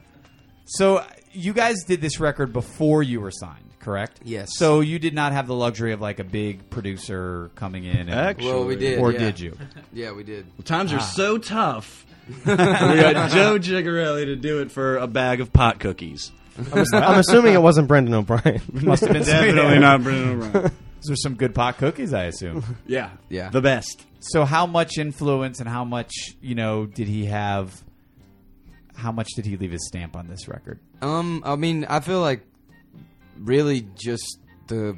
Speaker 3: So uh, you guys did this record before you were signed, correct?
Speaker 4: Yes.
Speaker 3: So you did not have the luxury of like a big producer coming in. And,
Speaker 4: Well, we did.
Speaker 3: Or
Speaker 4: yeah.
Speaker 3: did you?
Speaker 4: Yeah, we did.
Speaker 8: Times are so tough. we got Joe Gigarelli to do it for a bag of pot cookies.
Speaker 2: I'm assuming it wasn't Brendan O'Brien.
Speaker 3: Must have been
Speaker 8: Definitely not Bruno Ryan.
Speaker 3: Those are some good pot cookies, I assume.
Speaker 8: Yeah,
Speaker 4: Yeah.
Speaker 8: the best.
Speaker 3: so how much influence and how much you know did he have how much did he leave his stamp on this record
Speaker 4: Um, I mean, I feel like really just the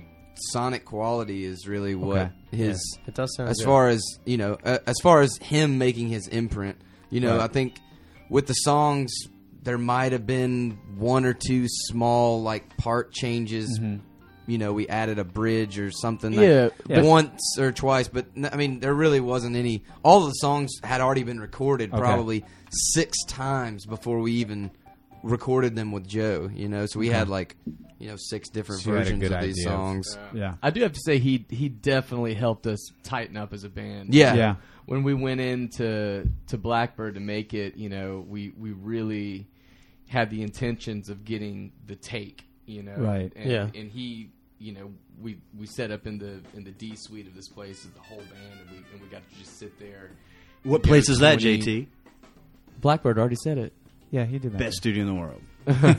Speaker 4: sonic quality is really what
Speaker 3: Okay.
Speaker 4: his
Speaker 2: It does [LAUGHS] sound
Speaker 4: as
Speaker 2: good.
Speaker 4: far as you know, uh, as far as him making his imprint. You know, I think with the songs
Speaker 5: there might have been one or two small like part changes. You know, we added a bridge or something. like,
Speaker 7: Mm-hmm. Yeah, but-
Speaker 5: once or twice, but n- I mean, there really wasn't any. All of the songs had already been recorded probably six times before we even recorded them with Joe. You know, so we had like you know six different
Speaker 3: So you had a
Speaker 5: versions
Speaker 3: good
Speaker 5: of these
Speaker 3: idea of-
Speaker 5: songs.
Speaker 3: Yeah.
Speaker 7: I do have to say he he definitely helped us tighten up as a band.
Speaker 5: Yeah.
Speaker 3: Yeah.
Speaker 7: When we went into to Blackbird to make it, you know, we we really had the intentions of getting the take, you know.
Speaker 3: Right.
Speaker 7: And,
Speaker 2: Yeah.
Speaker 7: And he, you know, we we set up in the in the D suite of this place with the whole band, and we and we got to just sit there.
Speaker 8: What place is that,
Speaker 7: 20.
Speaker 8: JT?
Speaker 7: Blackbird already said it.
Speaker 3: Yeah, he did that.
Speaker 8: Best studio in the world.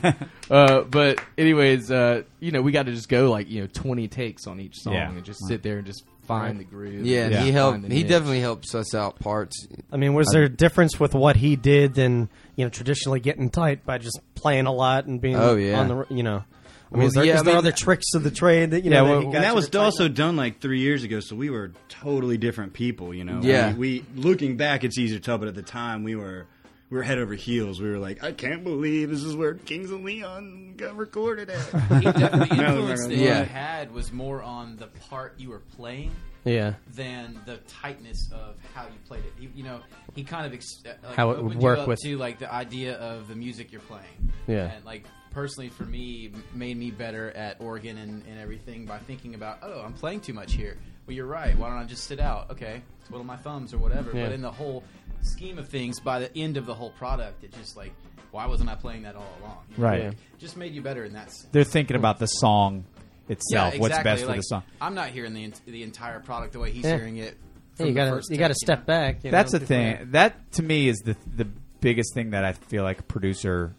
Speaker 7: Uh, but anyways, uh, you know, we got to just go like you know twenty takes on each song
Speaker 3: Yeah.
Speaker 7: and just sit there and just find the groove.
Speaker 5: Yeah,
Speaker 7: and
Speaker 5: and he helped.
Speaker 7: find the
Speaker 5: He
Speaker 7: niche.
Speaker 5: definitely helps us out parts.
Speaker 2: I mean, was there a difference with what he did than you know traditionally getting tight by just playing a lot and being
Speaker 5: Oh, yeah.
Speaker 2: on the r- you know? I mean,
Speaker 5: Well,
Speaker 2: is there,
Speaker 5: yeah,
Speaker 2: is
Speaker 5: I
Speaker 2: there
Speaker 5: mean-
Speaker 2: other tricks of the trade that you
Speaker 3: Yeah,
Speaker 2: know? that
Speaker 3: well,
Speaker 2: he got
Speaker 8: And that
Speaker 2: you
Speaker 8: was
Speaker 2: to tighten
Speaker 8: also
Speaker 2: up?
Speaker 8: done like three years ago, so we were totally different people. You know,
Speaker 5: Yeah.
Speaker 8: We, we looking back, it's easier to tell, but at the time, we were we were head over heels. We were like, I can't believe this is where Kings of Leon got recorded at.
Speaker 9: He definitely
Speaker 8: [LAUGHS] No,
Speaker 9: influence
Speaker 8: no,
Speaker 9: that
Speaker 8: no.
Speaker 9: you
Speaker 5: Yeah.
Speaker 9: had was more on the part you were playing
Speaker 2: Yeah,
Speaker 9: than the tightness of how you played it. He, you know, he kind of ex- uh, like
Speaker 2: How it would
Speaker 9: opened you
Speaker 2: work
Speaker 9: up
Speaker 2: with-
Speaker 9: to like the idea of the music you're playing.
Speaker 2: Yeah.
Speaker 9: and like personally for me, m- made me better at organ and, and everything by thinking about oh, I'm playing too much here. Well, you're right. Why don't I just sit out? Okay, twiddle my thumbs or whatever.
Speaker 2: Yeah.
Speaker 9: But in the whole scheme of things, by the end of the whole product, it's just like why wasn't I playing that all along? You know,
Speaker 3: Right.
Speaker 9: like, just made you better in that sense.
Speaker 3: They're thinking about the song itself.
Speaker 9: Yeah,
Speaker 3: What's
Speaker 9: exactly.
Speaker 3: best for
Speaker 9: Like,
Speaker 3: the song?
Speaker 9: I'm not hearing the the entire product the way he's
Speaker 2: Yeah.
Speaker 9: hearing it.
Speaker 2: Yeah,
Speaker 9: from
Speaker 2: you
Speaker 9: the
Speaker 2: gotta
Speaker 9: first
Speaker 2: you gotta
Speaker 9: take, you know?
Speaker 2: step back. you
Speaker 3: That's
Speaker 2: know,
Speaker 3: the thing.
Speaker 2: before-
Speaker 3: That to me is the the biggest thing that I feel like a producer,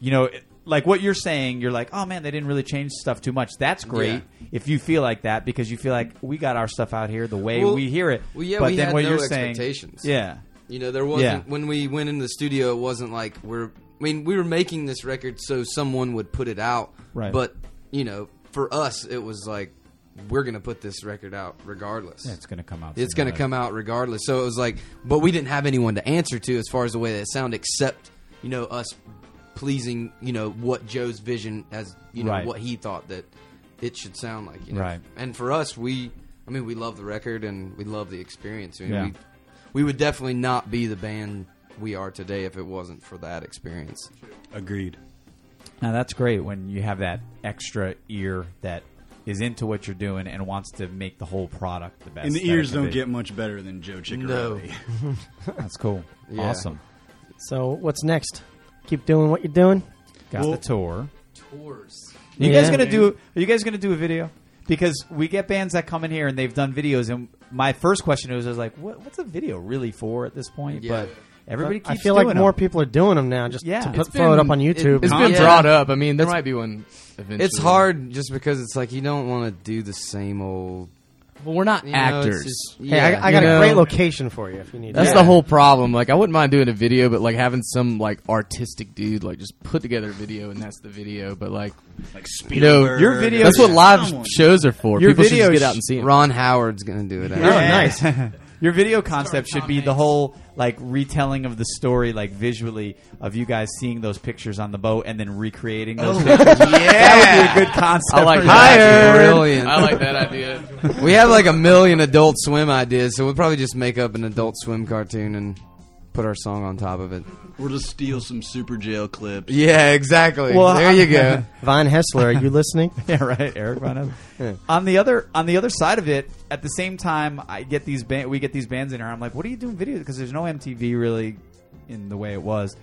Speaker 3: you know, it- like what you're saying. You're like, oh man, they didn't really change stuff too much. That's great if you feel like that because you feel like we got our stuff out here the way
Speaker 5: Well-
Speaker 3: we hear it.
Speaker 5: well, yeah,
Speaker 3: but
Speaker 5: we
Speaker 3: then
Speaker 5: had
Speaker 3: what
Speaker 5: no
Speaker 3: you're saying,
Speaker 5: expectations.
Speaker 3: yeah,
Speaker 5: You know, there wasn't
Speaker 3: Yeah.
Speaker 5: when we went into the studio. It wasn't like we're. I mean, we were making this record so someone would put it out.
Speaker 3: Right.
Speaker 5: But you know, for us, it was like we're gonna put this record out regardless.
Speaker 3: it's gonna come out.
Speaker 5: it's going to
Speaker 3: somehow.
Speaker 5: come out regardless. So it was like, but we didn't have anyone to answer to as far as the way that it sounded, except you know us pleasing you know what Joe's vision as you know
Speaker 3: Right.
Speaker 5: what he thought that it should sound like. You know?
Speaker 3: Right.
Speaker 5: And for us, we, I mean, we love the record and we love the experience. I mean,
Speaker 3: Yeah.
Speaker 5: we, we would definitely not be the band we are today if it wasn't for that experience.
Speaker 8: Agreed.
Speaker 3: Now that's great when you have that extra ear that is into what you're doing and wants to make the whole product the best.
Speaker 8: And
Speaker 3: that
Speaker 8: the
Speaker 3: it
Speaker 8: ears
Speaker 3: can
Speaker 8: don't
Speaker 3: be.
Speaker 8: get much better than Joe Chicarelli.
Speaker 3: That's cool.
Speaker 5: Yeah.
Speaker 3: Awesome.
Speaker 2: So what's next? Keep doing what you're doing.
Speaker 3: Got
Speaker 8: Well-
Speaker 3: the tour.
Speaker 9: Tours.
Speaker 3: Are you guys
Speaker 2: Yeah.
Speaker 3: gonna do? Are you guys gonna do a video? Because we get bands that come in here and they've done videos, and my first question was, I was like, what, "What's a video really for at this point?"
Speaker 5: Yeah.
Speaker 3: But everybody
Speaker 2: I
Speaker 3: keeps
Speaker 2: feel
Speaker 3: doing
Speaker 2: like more
Speaker 3: them.
Speaker 2: people are doing them now. Just
Speaker 3: Yeah.
Speaker 2: to
Speaker 3: It's
Speaker 2: put, throw it up
Speaker 7: been-
Speaker 2: on YouTube.
Speaker 7: It's been
Speaker 5: Yeah.
Speaker 7: brought up. I mean, there might be one eventually.
Speaker 5: It's hard just because it's like you don't want to do the same old
Speaker 7: Well, we're not
Speaker 5: you know, it's
Speaker 7: actors.
Speaker 5: just-
Speaker 2: hey,
Speaker 5: yeah,
Speaker 2: I, I
Speaker 5: you
Speaker 2: got a
Speaker 5: know?
Speaker 2: great location for you if you need.
Speaker 7: That's
Speaker 2: it.
Speaker 7: the whole problem. Like, I wouldn't mind doing a video, but like having some like artistic dude like just put together a video and that's the video. But like,
Speaker 8: [LAUGHS] Like
Speaker 7: you know,
Speaker 8: Spielberg.
Speaker 3: your video-
Speaker 7: [LAUGHS] That's what live
Speaker 8: Someone.
Speaker 7: shows are for.
Speaker 3: Your
Speaker 7: People should just
Speaker 3: video
Speaker 7: get
Speaker 3: sh-
Speaker 7: out and see 'em.
Speaker 5: Ron Howard's gonna do it.
Speaker 3: Oh,
Speaker 5: actually.
Speaker 3: nice. [LAUGHS] Your video concept
Speaker 9: Sorry,
Speaker 3: should be
Speaker 9: Tom
Speaker 3: the
Speaker 9: Hanks.
Speaker 3: whole like retelling of the story, like visually of you guys seeing those pictures on the boat and then recreating those.
Speaker 8: Oh,
Speaker 3: pictures. That would be a good concept.
Speaker 7: I like
Speaker 3: for
Speaker 7: that.
Speaker 5: That's brilliant.
Speaker 7: I like that idea.
Speaker 5: [LAUGHS] We have like a million Adult Swim ideas, so we'll probably just make up an Adult Swim cartoon and put our song on top of it.
Speaker 8: We'll just steal some Super Jail clips.
Speaker 5: Yeah, exactly.
Speaker 3: Well,
Speaker 5: there you [LAUGHS] go.
Speaker 2: [LAUGHS] Von Hessler. Are you listening?
Speaker 3: [LAUGHS] yeah, right, Eric Von
Speaker 2: [LAUGHS]
Speaker 3: Essen. On the other on the other side of it, at the same time, I get these band, we get these bands in here. I'm like, what are you doing videos? Because there's no MTV really in the way it was,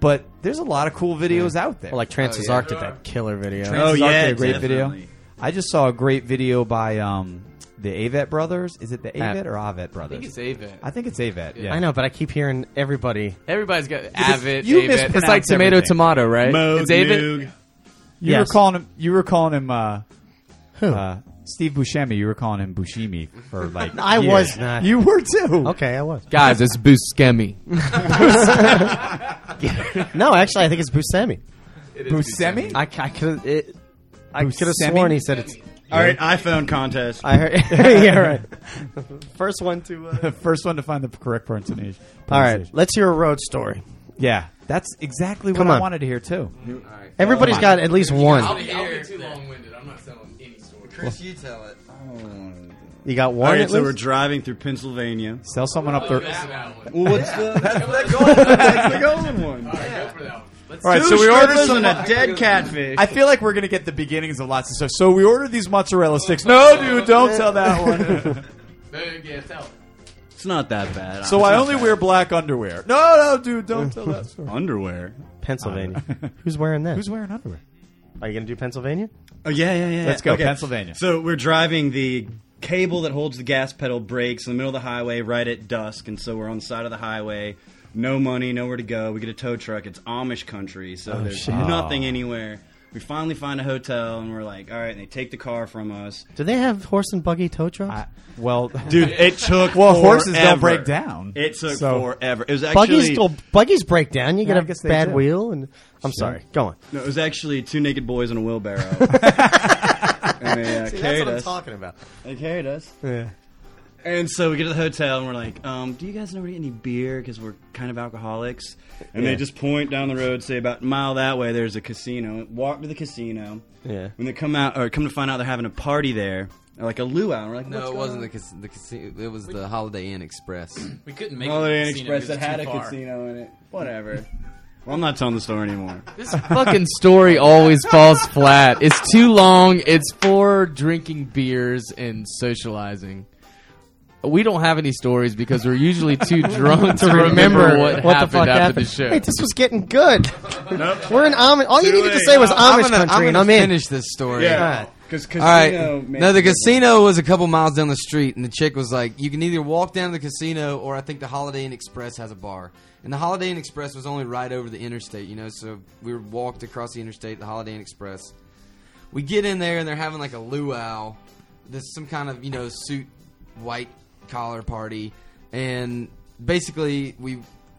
Speaker 3: but there's a lot of cool videos out there.
Speaker 2: Well, like Trances
Speaker 5: yeah.
Speaker 2: Arc did that killer video.
Speaker 8: Oh,
Speaker 3: Arc
Speaker 8: yeah,
Speaker 3: did a great
Speaker 8: definitely.
Speaker 3: video. I just saw a great video by um, the Avet brothers. Is it the Avet or Avet brothers?
Speaker 7: I think it's Avid.
Speaker 3: I think it's Avet. Yeah,
Speaker 2: I know, but I keep hearing everybody.
Speaker 7: Everybody's got Avid.
Speaker 3: you
Speaker 7: Avid. It's like
Speaker 3: mispronounce
Speaker 7: tomato,
Speaker 3: everything.
Speaker 7: tomato, right?
Speaker 8: Moog,
Speaker 7: it's Avid.
Speaker 8: Noog.
Speaker 3: You
Speaker 2: Yes.
Speaker 3: were calling him. You were calling him. Uh,
Speaker 2: Who?
Speaker 3: Uh, Steve Buscemi. You were calling him Buscemi for
Speaker 2: [LAUGHS]
Speaker 3: like.
Speaker 2: I
Speaker 3: years.
Speaker 2: was not.
Speaker 3: You were too.
Speaker 2: okay, I was.
Speaker 7: Guys, it's Buscemi.
Speaker 2: No, actually, I think it's Buscemi.
Speaker 3: Buscemi.
Speaker 2: I, I could it. I could have
Speaker 3: Buscemi?
Speaker 2: sworn
Speaker 12: [LAUGHS]
Speaker 2: he said it's.
Speaker 8: All right, iPhone contest.
Speaker 2: [LAUGHS] I heard. yeah, right. First one to. Uh,
Speaker 3: The first one to find the correct pronunciation.
Speaker 2: all right, let's hear a road story.
Speaker 3: Yeah, that's exactly
Speaker 2: Come
Speaker 3: what I
Speaker 2: on.
Speaker 3: wanted to hear too.
Speaker 2: Everybody's got at least
Speaker 4: I'll
Speaker 2: one.
Speaker 4: be, I'll be too long winded. I'm not telling any story.
Speaker 7: Chris, you tell it.
Speaker 2: You got
Speaker 8: All
Speaker 2: one.
Speaker 8: right,
Speaker 2: at
Speaker 8: so we're
Speaker 2: least?
Speaker 8: driving through Pennsylvania.
Speaker 3: Sell someone up the.
Speaker 8: Well, what's the that's the golden, that's the golden one?
Speaker 12: All right,
Speaker 8: Two
Speaker 12: so we ordered
Speaker 8: strippers
Speaker 12: some.
Speaker 8: and a dead catfish.
Speaker 12: I feel like we're gonna get the beginnings of lots of stuff. So we ordered these mozzarella sticks. No, dude, don't tell that one.
Speaker 2: [LAUGHS]
Speaker 8: It's not that bad.
Speaker 12: So
Speaker 8: It's
Speaker 12: I
Speaker 8: not
Speaker 12: only
Speaker 8: bad.
Speaker 12: wear black underwear. No, no, dude, don't tell
Speaker 2: [LAUGHS]
Speaker 12: that story.
Speaker 8: underwear.
Speaker 2: Pennsylvania. Who's wearing that?
Speaker 12: Who's wearing underwear?
Speaker 2: Are you going to do Pennsylvania?
Speaker 8: Oh yeah, yeah, yeah.
Speaker 3: Let's go,
Speaker 8: Okay.
Speaker 3: Pennsylvania.
Speaker 8: So we're driving the cable that holds the gas pedal breaks in the middle of the highway right at dusk, and so we're on the side of the highway. No money, nowhere to go. We get a tow truck. It's Amish country, so there's nothing anywhere. We finally find a hotel, and we're like, all right. And they take the car from us.
Speaker 2: Do they have horse and buggy tow trucks?
Speaker 3: I, well,
Speaker 8: [LAUGHS] Dude, it took
Speaker 3: Well,
Speaker 8: forever.
Speaker 3: horses don't break down.
Speaker 8: It took
Speaker 3: So-
Speaker 8: forever. It was
Speaker 2: buggies
Speaker 8: actually
Speaker 2: still buggies break down. You get
Speaker 3: I
Speaker 2: a
Speaker 3: guess they
Speaker 2: bad
Speaker 3: do.
Speaker 2: wheel, and I'm sorry. Go on.
Speaker 8: no, it was actually two naked boys in a wheelbarrow. and they uh, carried us.
Speaker 2: talking about.
Speaker 8: They carried us. And so we get to the hotel and we're like, um, "Do you guys know where to get any beer? Because we're kind of alcoholics." And they just point down the road, say about a mile that way. There's a casino. Walk to the casino.
Speaker 2: Yeah.
Speaker 8: When they come out or come to find out they're having a party there, like a luau. And we're like,
Speaker 7: No,
Speaker 8: "What's
Speaker 7: it
Speaker 8: going
Speaker 7: wasn't the,
Speaker 8: on?"
Speaker 7: cas- the casino. It was the Holiday Inn Express.
Speaker 9: We couldn't make
Speaker 8: Holiday
Speaker 9: it
Speaker 8: Inn
Speaker 9: to the casino
Speaker 8: Express that
Speaker 9: because
Speaker 8: had a
Speaker 9: it's too far.
Speaker 8: casino in it. Whatever. well, I'm not telling the story anymore.
Speaker 4: This fucking story always falls flat. It's too long. It's for drinking beers and socializing. We don't have any stories because we're
Speaker 2: [LAUGHS]
Speaker 4: usually too drunk to remember what, happened
Speaker 2: the fuck
Speaker 4: after
Speaker 2: happened.
Speaker 4: the show.
Speaker 2: Wait, this was getting good. We're in Amish. All you
Speaker 8: Too
Speaker 2: needed to
Speaker 8: late.
Speaker 2: say was
Speaker 7: I'm
Speaker 2: Amish
Speaker 7: gonna,
Speaker 2: country,
Speaker 7: I'm
Speaker 2: and
Speaker 7: gonna
Speaker 2: I'm in.
Speaker 7: finish this story.
Speaker 8: Yeah. Because
Speaker 7: All right.
Speaker 8: casino. man,
Speaker 7: no, the casino was a couple miles down the street, and the chick was like, "You can either walk down to the casino, or I think the Holiday Inn Express has a bar." And the Holiday Inn Express was only right over the interstate, you know. So we walked across the interstate, the Holiday Inn Express. We get in there, and they're having like a luau. There's some kind of you know suit, white collar party, and basically we.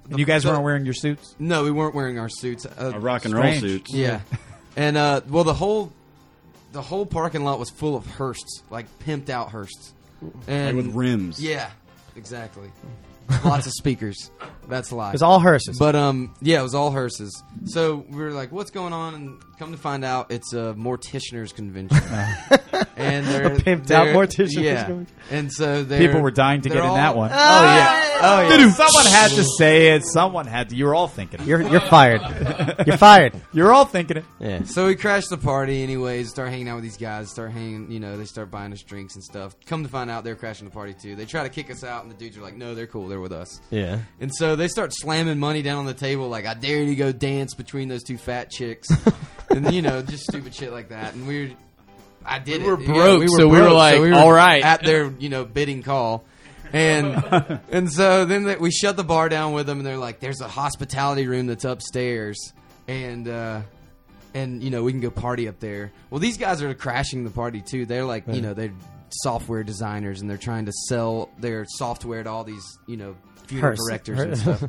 Speaker 3: and you guys
Speaker 7: the-
Speaker 3: weren't wearing your suits.
Speaker 7: No, we weren't wearing our suits. Uh,
Speaker 8: A rock and
Speaker 3: Strange.
Speaker 8: roll suits.
Speaker 7: yeah, [LAUGHS] and uh, well, the whole the whole parking lot was full of Hearsts, like pimped out Hearsts, and
Speaker 8: With rims.
Speaker 7: yeah,
Speaker 4: [LAUGHS]
Speaker 7: exactly. Lots of speakers. That's a lie.
Speaker 2: It's all hearses.
Speaker 7: But um, yeah, it was all hearses. So we were like, "What's going on?" And come to find out, it's a
Speaker 4: [LAUGHS]
Speaker 7: morticianers convention, and they're
Speaker 2: A pimped out
Speaker 7: they're-
Speaker 2: morticianers
Speaker 7: Yeah,
Speaker 2: convention.
Speaker 7: and so they're-
Speaker 3: People were dying to
Speaker 7: they're
Speaker 3: get in
Speaker 7: all-
Speaker 3: that
Speaker 4: Ah!
Speaker 3: one. Oh yeah. Oh yeah. Someone had to say it. Someone had to. You were all thinking it. You're,
Speaker 2: You're
Speaker 3: [LAUGHS]
Speaker 2: you're fired. You're fired.
Speaker 3: you're all thinking it.
Speaker 2: Yeah.
Speaker 7: So we crash the party anyways, start hanging out with these guys, start hanging, you know, they start buying us drinks and stuff. Come to find out they're crashing the party too. They try to kick us out and the dudes are like, "No, they're cool. They're with us."
Speaker 2: Yeah.
Speaker 7: And so they start slamming money down on the table like, "I dare you to go dance between those two
Speaker 2: [LAUGHS]
Speaker 7: fat chicks." and you know, just stupid shit like that. And we were I did
Speaker 4: We were
Speaker 7: it. Yeah,
Speaker 4: broke, so we were like, "All right."
Speaker 7: at their, you know, bidding call.
Speaker 4: [LAUGHS]
Speaker 7: And and so then they, we shut the bar down with them and they're like, "There's a hospitality room that's upstairs." And uh and you know we can go party up there. Well, these guys are crashing the party too. They're like you know they're software designers and they're trying to sell their software to all these you know funeral
Speaker 2: Hearse.
Speaker 7: directors
Speaker 2: [LAUGHS]
Speaker 7: and stuff.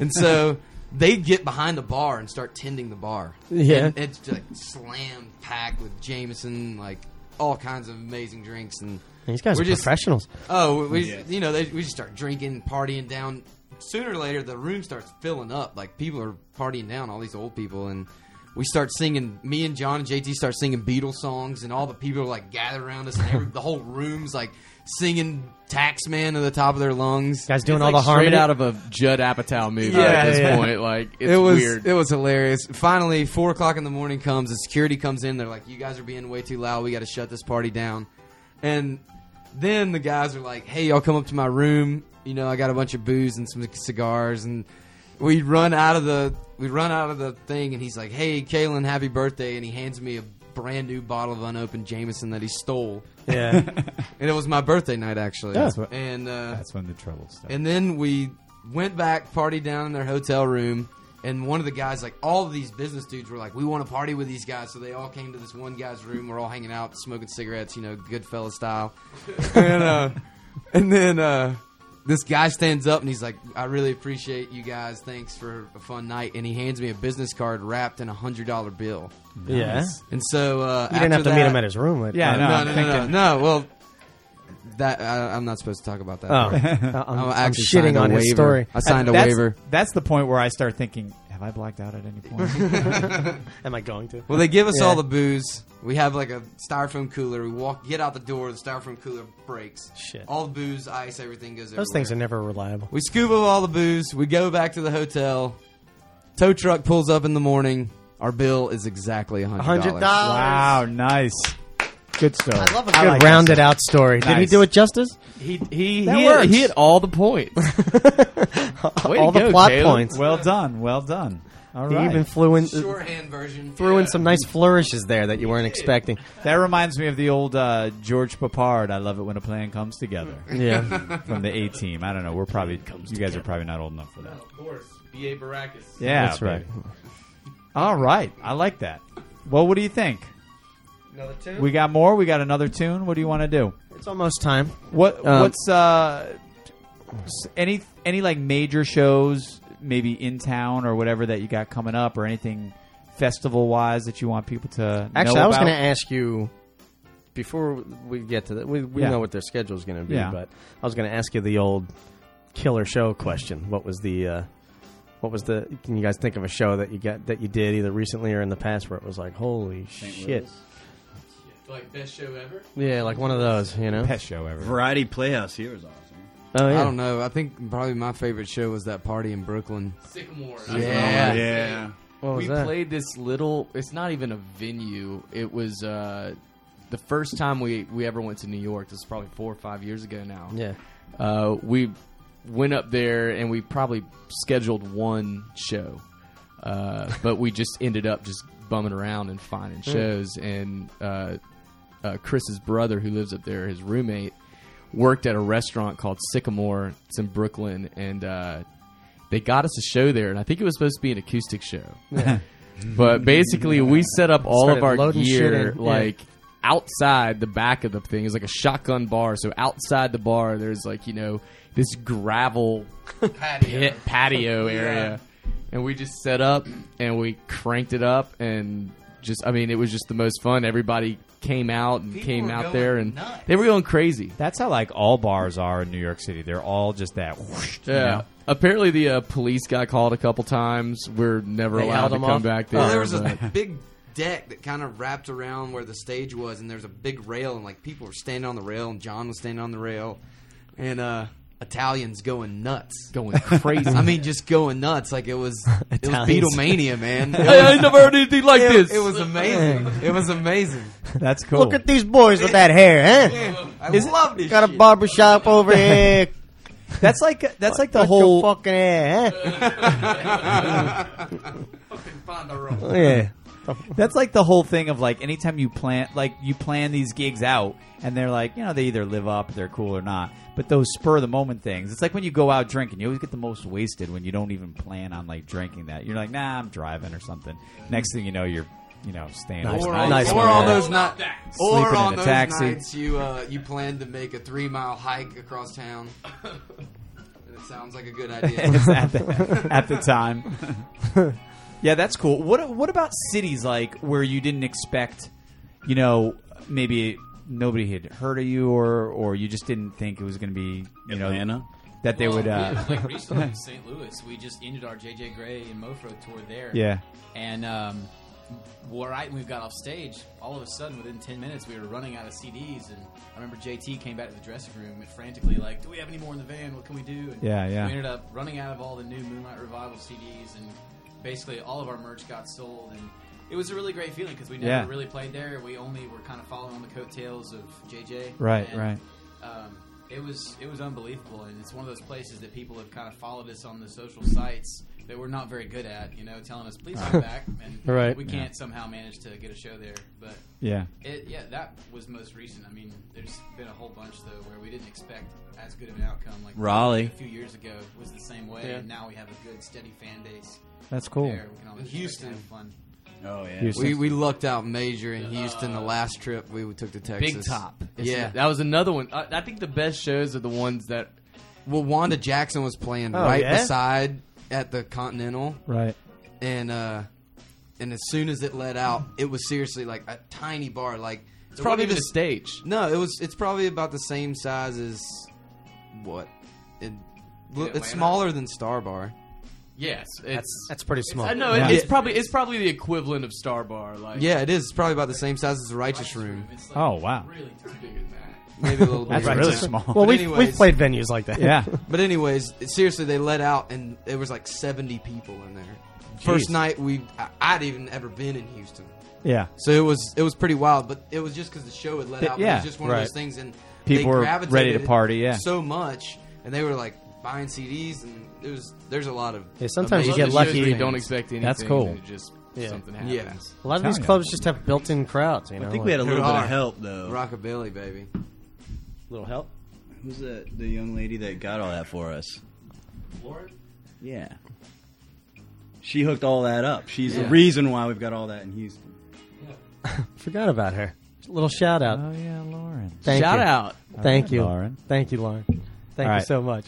Speaker 7: and so they get behind the bar and start tending the bar.
Speaker 2: Yeah.
Speaker 7: And it's just like slam packed with Jameson, like all kinds of amazing drinks and.
Speaker 2: These guys
Speaker 7: We're
Speaker 2: are
Speaker 7: just-
Speaker 2: professionals.
Speaker 7: Oh, we, we you know they, we just start drinking, partying down. Sooner or later, the room starts filling up. Like people are partying down, all these old people, and we start singing. Me and John and JT start singing Beatles songs, and all the people are like gather around us, and every, the whole room's like singing Taxman to the top of their lungs.
Speaker 2: Guys doing
Speaker 4: It's
Speaker 2: all
Speaker 4: like
Speaker 2: the harmony.
Speaker 4: straight out of a Judd Apatow movie
Speaker 7: Yeah,
Speaker 4: at this
Speaker 7: yeah.
Speaker 4: point. Like it's
Speaker 7: it was
Speaker 4: weird.
Speaker 7: it was hilarious. Finally, four o'clock in the morning comes. The security comes in. They're like, "You guys are being way too loud. We got to shut this party down." And then the guys are like, "Hey, y'all come up to my room. You know, I got a bunch of booze and some cigars." And we run out of the we run out of the thing. And he's like, "Hey, Kalen, happy birthday!" And he hands me a brand new bottle of unopened Jameson that he stole.
Speaker 2: yeah.
Speaker 7: [LAUGHS] And it was my birthday night actually.
Speaker 3: That's what-
Speaker 7: and uh,
Speaker 3: That's when the trouble started.
Speaker 7: and then we went back, partied down in their hotel room, and one of the guys, like all of these business dudes, were like, "We want to party with these guys." So they all came to this one guy's room. We're all hanging out, smoking cigarettes, you know, good fella style. [LAUGHS] and uh, and then uh, this guy stands up and he's like, "I really appreciate you guys. Thanks for a fun night." And he hands me a business card wrapped in a hundred dollar bill.
Speaker 2: Yeah.
Speaker 7: And so uh,
Speaker 2: You didn't have to
Speaker 7: that,
Speaker 2: meet him at his room.
Speaker 7: uh,
Speaker 3: Yeah,
Speaker 2: yeah.
Speaker 3: no,
Speaker 7: no,
Speaker 3: I'm
Speaker 7: no, no,
Speaker 3: thinking-
Speaker 7: no, no. Well,
Speaker 4: that I, I'm not supposed to talk about that. [LAUGHS]
Speaker 2: Oh,
Speaker 4: part.
Speaker 2: I'm,
Speaker 4: I
Speaker 2: I'm
Speaker 4: actually signed
Speaker 2: shitting
Speaker 4: a
Speaker 2: on his
Speaker 4: waiver.
Speaker 2: story.
Speaker 4: I signed a
Speaker 3: That's-
Speaker 4: waiver.
Speaker 3: That's the point where I start thinking, have I blacked out at any [LAUGHS] point?
Speaker 2: Am I going to?
Speaker 4: Well, they give us
Speaker 2: Yeah.
Speaker 4: all the booze. We have like a styrofoam cooler. We walk, get out the door. The styrofoam cooler breaks.
Speaker 2: Shit.
Speaker 4: All the booze, ice, everything goes.
Speaker 2: Those things are never reliable.
Speaker 4: We scuba all the booze. We go back to the hotel. Tow truck pulls up in the morning. Our bill is exactly a
Speaker 2: $100.
Speaker 4: hundred dollars.
Speaker 2: Wow.
Speaker 3: wow, nice.
Speaker 1: Good story.
Speaker 2: I love a good rounded out story. Did he
Speaker 3: Nice.
Speaker 2: do it justice?
Speaker 7: He he
Speaker 2: That
Speaker 7: he
Speaker 2: works.
Speaker 7: hit, he hit all the
Speaker 2: [LAUGHS]
Speaker 7: points. Way
Speaker 2: All
Speaker 7: to
Speaker 2: the
Speaker 7: go,
Speaker 2: plot
Speaker 7: Caleb.
Speaker 2: points.
Speaker 3: Well done. Well done. All
Speaker 2: He
Speaker 3: right.
Speaker 2: even flew in,
Speaker 4: Shorthand version.
Speaker 2: threw in some nice flourishes there that you weren't expecting.
Speaker 3: that reminds me of the old uh, George Papard. I love it when a plan comes together
Speaker 2: Yeah.
Speaker 3: from the A Team. I don't know. We're probably you guys are probably not old enough for that.
Speaker 4: Of course, B.A. Baracus.
Speaker 3: Yeah,
Speaker 2: That's right.
Speaker 3: but- All right, I like that. Well, what do you think?
Speaker 4: Another two.
Speaker 3: We got more. We got another tune. What do you want to do?
Speaker 2: It's almost time.
Speaker 3: What
Speaker 2: Um,
Speaker 3: what's uh s- any any like major shows maybe in town or whatever that you got coming up or anything festival wise that you want people to
Speaker 10: Actually,
Speaker 3: know
Speaker 10: I was
Speaker 3: about?
Speaker 10: going to ask you before we get to that. We, we
Speaker 3: Yeah.
Speaker 10: know what their schedule is going to be,
Speaker 3: Yeah.
Speaker 10: but I was going to ask you the old killer show question. What was the uh, what was the? Can you guys think of a show that you got that you did either recently or in the past where it was like, holy shit,
Speaker 4: Like best show ever.
Speaker 10: yeah, like one of those, you know?
Speaker 3: pet show ever.
Speaker 8: Variety Playhouse here is awesome.
Speaker 10: Oh
Speaker 4: I
Speaker 10: yeah,
Speaker 4: don't know. I think probably my favorite show was that party in Brooklyn.
Speaker 9: Sycamore.
Speaker 4: Yeah.
Speaker 8: Yeah.
Speaker 10: what was
Speaker 7: we
Speaker 10: that?
Speaker 7: played this little. It's not even a venue. It was uh, the first time we we ever went to New York. This is probably four or five years ago now.
Speaker 10: yeah,
Speaker 7: Uh, we went up there and we probably scheduled one show, uh, [LAUGHS] but we just ended up just bumming around and finding shows. And uh, uh, Chris's brother, who lives up there, his roommate, worked at a restaurant called Sycamore. It's in Brooklyn, and uh, they got us a show there. And I think it was supposed to be an acoustic show,
Speaker 9: [LAUGHS]
Speaker 7: but basically we set up all
Speaker 2: Started
Speaker 7: of our
Speaker 2: loading shit
Speaker 7: gear
Speaker 2: in, yeah.
Speaker 7: like outside the back of the thing is like a shotgun bar. So outside the bar, there's like you know this gravel pit
Speaker 9: [LAUGHS]
Speaker 7: patio area, and we just set up and we cranked it up and just I mean it was just the most fun. Everybody came out and came
Speaker 9: were
Speaker 7: out
Speaker 9: going
Speaker 7: there and
Speaker 9: nuts.
Speaker 7: they were going crazy.
Speaker 3: That's how like all bars are in New York City. They're all just that. Whoosh, you
Speaker 7: Yeah.
Speaker 3: know?
Speaker 7: Apparently the uh, police got called a couple times. We're never allowed
Speaker 2: held
Speaker 7: to
Speaker 2: them
Speaker 7: come
Speaker 2: off?
Speaker 7: back there.
Speaker 4: Well, there was
Speaker 7: but-
Speaker 4: a big deck that kind of wrapped around where the stage was, and there was a big rail, and like people were standing on the rail, and John was standing on the rail, and uh, Italians going nuts.
Speaker 7: [LAUGHS] going crazy.
Speaker 4: I mean, just going nuts. Like it
Speaker 7: [LAUGHS]
Speaker 4: was, it was
Speaker 2: Italians.
Speaker 4: Beatlemania, man. It
Speaker 7: I,
Speaker 4: was,
Speaker 7: I never heard anything like
Speaker 4: it,
Speaker 7: this.
Speaker 4: it was amazing. It was amazing.
Speaker 3: That's cool.
Speaker 2: Look at these boys with that hair, huh?
Speaker 4: I love this.
Speaker 2: Got a
Speaker 4: shit.
Speaker 10: [LAUGHS]
Speaker 2: barbershop over here.
Speaker 3: that's like that's like the
Speaker 2: Cut your
Speaker 3: whole
Speaker 2: fucking hair, huh?
Speaker 10: [LAUGHS]
Speaker 4: Fonda
Speaker 2: Yeah.
Speaker 3: That's like the whole thing of like anytime you plan like you plan these gigs out and they're like, you know, they either live up, they're cool or not. But those spur of the moment things. It's like when you go out drinking, you always get the most wasted when you don't even plan on like drinking that. You're like, nah, I'm driving or something. Next thing you know, you're you know, staying up
Speaker 4: Or,
Speaker 3: night,
Speaker 4: on,
Speaker 2: Nice
Speaker 4: or
Speaker 2: man.
Speaker 4: on those nights,
Speaker 3: sleeping
Speaker 4: or on
Speaker 3: in a
Speaker 4: those
Speaker 3: taxi.
Speaker 4: nights you uh, you planned to make a three mile hike across town. And it sounds like a good idea.
Speaker 3: [LAUGHS] It's at, the,
Speaker 4: [LAUGHS]
Speaker 3: at the time. [LAUGHS] yeah, that's cool. What what about cities like where you didn't expect, you know, maybe nobody had heard of you or or you just didn't think it was going to be, you know,
Speaker 8: Atlanta?
Speaker 3: that they would
Speaker 9: Well,
Speaker 3: uh
Speaker 9: we- [LAUGHS] like recently
Speaker 3: [LAUGHS]
Speaker 9: in St. Louis, we just ended our JJ Gray and Mofro tour there.
Speaker 3: [LAUGHS] yeah.
Speaker 9: And um, well, right when we got off stage, all of a sudden, within 10 minutes, we were running out of CDs. And I remember JT came back to the dressing room and frantically, like, do we have any more in the van? What can we do? And
Speaker 3: Yeah, yeah.
Speaker 9: We ended up running out of all the new Moonlight Revival CDs. And basically, all of our merch got sold. And it was a really great feeling because we never
Speaker 3: Yeah.
Speaker 9: really played there. We only were kind of following on the coattails of JJ.
Speaker 3: Right,
Speaker 9: And,
Speaker 3: right.
Speaker 9: Um, it was it was unbelievable, and it's one of those places that people have kind of followed us on the social sites that we're not very good at, you know, telling us please
Speaker 3: [LAUGHS]
Speaker 9: come back, and
Speaker 2: Right.
Speaker 9: we can't somehow manage to get a show there. But
Speaker 3: Yeah.
Speaker 9: it, yeah, that was most recent. I mean, there's been a whole bunch though where we didn't expect as good of an outcome. Like
Speaker 8: Raleigh.
Speaker 9: a few years ago was the same way, and now we have a good steady fan base.
Speaker 3: That's cool.
Speaker 9: There, we can always
Speaker 4: Houston.
Speaker 9: have fun.
Speaker 8: Oh yeah.
Speaker 3: Houston.
Speaker 4: [LAUGHS] we we lucked out major in Houston the last trip we took to Texas.
Speaker 7: Big Top.
Speaker 4: Yeah.
Speaker 7: that was another one. I, I think the best shows are the ones that
Speaker 4: Well, Wanda Jackson was playing right
Speaker 2: Oh, yeah?
Speaker 4: beside at the Continental,
Speaker 3: Right.
Speaker 4: and uh, and as soon as it let out, it was seriously like a tiny bar, like
Speaker 13: It's probably
Speaker 7: wasn't
Speaker 13: the
Speaker 7: even a-
Speaker 13: stage.
Speaker 7: No, it was. It's probably about the same size as what? It, well,
Speaker 13: Atlanta?
Speaker 7: it's smaller than Star Bar.
Speaker 13: Yes, it's.
Speaker 2: That's pretty small.
Speaker 13: I know it-
Speaker 3: Yeah.
Speaker 13: it's probably it's probably the equivalent of Star Bar. Like
Speaker 7: Yeah, it is. It's probably about the same size as Righteous Room.
Speaker 9: It's like
Speaker 3: Oh wow,
Speaker 13: really it's bigger than that.
Speaker 7: Maybe
Speaker 3: [LAUGHS]
Speaker 7: a little bit.
Speaker 3: that's really small. [LAUGHS]
Speaker 2: Well,
Speaker 7: But
Speaker 2: we've,
Speaker 7: anyways-
Speaker 2: we've played venues like that.
Speaker 3: yeah,
Speaker 7: But anyways, seriously, they let out and there was like seventy people in there. First night we, I, I'd even ever been in Houston,
Speaker 3: yeah.
Speaker 7: so it was it was pretty wild. But it was just because the show had let
Speaker 3: It-
Speaker 7: out.
Speaker 3: yeah,
Speaker 7: but it was just one
Speaker 3: right.
Speaker 7: of those things, and
Speaker 3: People
Speaker 7: they
Speaker 3: were
Speaker 7: gravitated
Speaker 3: ready to party, yeah.
Speaker 7: so much, and they were like buying CDs, and it was there's a lot of
Speaker 2: Yeah, sometimes you get
Speaker 7: amazing shows
Speaker 2: lucky.
Speaker 7: where
Speaker 13: You don't expect anything.
Speaker 3: That's cool.
Speaker 13: and it just something happens.
Speaker 7: Yeah,
Speaker 2: A lot of these
Speaker 3: Italian.
Speaker 2: clubs just have built-in crowds. You know,
Speaker 8: I think we had a little
Speaker 7: Who
Speaker 8: bit
Speaker 7: are?
Speaker 8: of help though.
Speaker 7: rockabilly baby.
Speaker 2: little help.
Speaker 8: Who's the the young lady that got all that for us? Yeah. She hooked all that up. She's the
Speaker 7: Yeah.
Speaker 8: reason why we've got all that in Houston.
Speaker 2: Forgot about her. Little shout out.
Speaker 3: Oh yeah, Lauren.
Speaker 2: Thank
Speaker 8: Shout
Speaker 2: you.
Speaker 8: out.
Speaker 2: Thank
Speaker 3: Alright,
Speaker 2: you,
Speaker 3: Lauren.
Speaker 2: Thank you, Lauren. Thank you
Speaker 3: Alright.
Speaker 2: so much.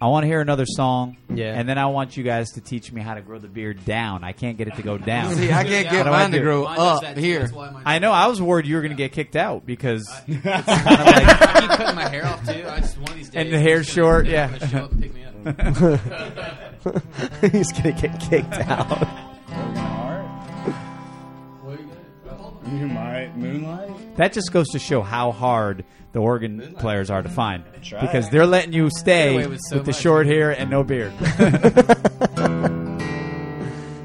Speaker 3: I want to hear another song.
Speaker 2: Yeah.
Speaker 3: And then I want you guys to teach me how to grow the beard down. I can't get it
Speaker 2: [LAUGHS]
Speaker 3: to go down.
Speaker 7: See, I can't
Speaker 9: How
Speaker 7: get
Speaker 3: do I
Speaker 7: mine to
Speaker 3: do it?
Speaker 7: grow
Speaker 9: mine does
Speaker 7: up
Speaker 9: that too,
Speaker 7: uh, here.
Speaker 9: That's why mine-
Speaker 3: I know. I was worried you were going to get kicked out because it's kind of like
Speaker 9: I keep cutting my hair off too. I just one of these days.
Speaker 3: And the hair's
Speaker 9: it's
Speaker 3: short,
Speaker 9: they're
Speaker 3: yeah.
Speaker 9: gonna show up and pick me up.
Speaker 2: [LAUGHS]
Speaker 7: [LAUGHS]
Speaker 2: He's gonna get kicked out.
Speaker 8: Moonlight. Moonlight.
Speaker 3: that just goes to show how hard the Oregon players are to find
Speaker 8: Try.
Speaker 3: because they're letting you stay
Speaker 9: away
Speaker 3: with,
Speaker 9: with so
Speaker 3: the
Speaker 9: much.
Speaker 3: short hair and no beard.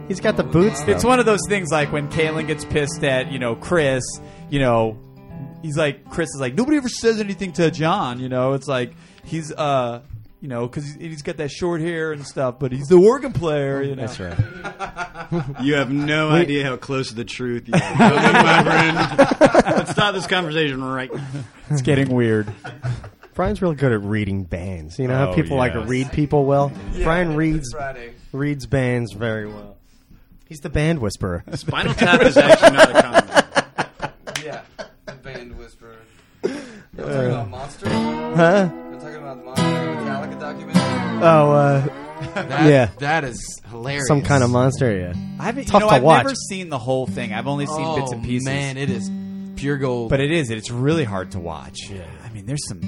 Speaker 2: He's got the boots. Though.
Speaker 3: it's one of those things like when Kalen gets pissed at you know Chris, you know, he's like Chris is like nobody ever says anything to John. You know, it's like he's uh. You know, because he's got that short hair and stuff, but he's the Oregon player. You know,
Speaker 2: That's right.
Speaker 8: You have no idea how close to the truth [LAUGHS] you are, my friend. Let's stop this conversation right now.
Speaker 3: it's getting weird.
Speaker 2: Brian's real good at reading bands. You know how
Speaker 8: Oh,
Speaker 2: people like to
Speaker 8: yes.
Speaker 2: read people well. Brian reads
Speaker 7: Friday.
Speaker 2: reads bands very well. He's the band whisperer.
Speaker 8: Spinal Tap is actually not a comedy.
Speaker 7: Yeah, the band whisperer. You're talking about Monster? You're
Speaker 2: huh?
Speaker 7: talking about the Monster Metallica documentary?
Speaker 2: Oh, uh,
Speaker 7: That,
Speaker 2: Yeah.
Speaker 7: That is hilarious.
Speaker 2: some kind of monster. Yeah.
Speaker 3: I haven't,
Speaker 2: Tough
Speaker 3: you know,
Speaker 2: to
Speaker 3: I've
Speaker 2: watch.
Speaker 3: never seen the whole thing. I've only seen
Speaker 7: oh,
Speaker 3: bits and pieces.
Speaker 7: man, it is pure gold.
Speaker 3: but it is. It's really hard to watch. I mean, there's some.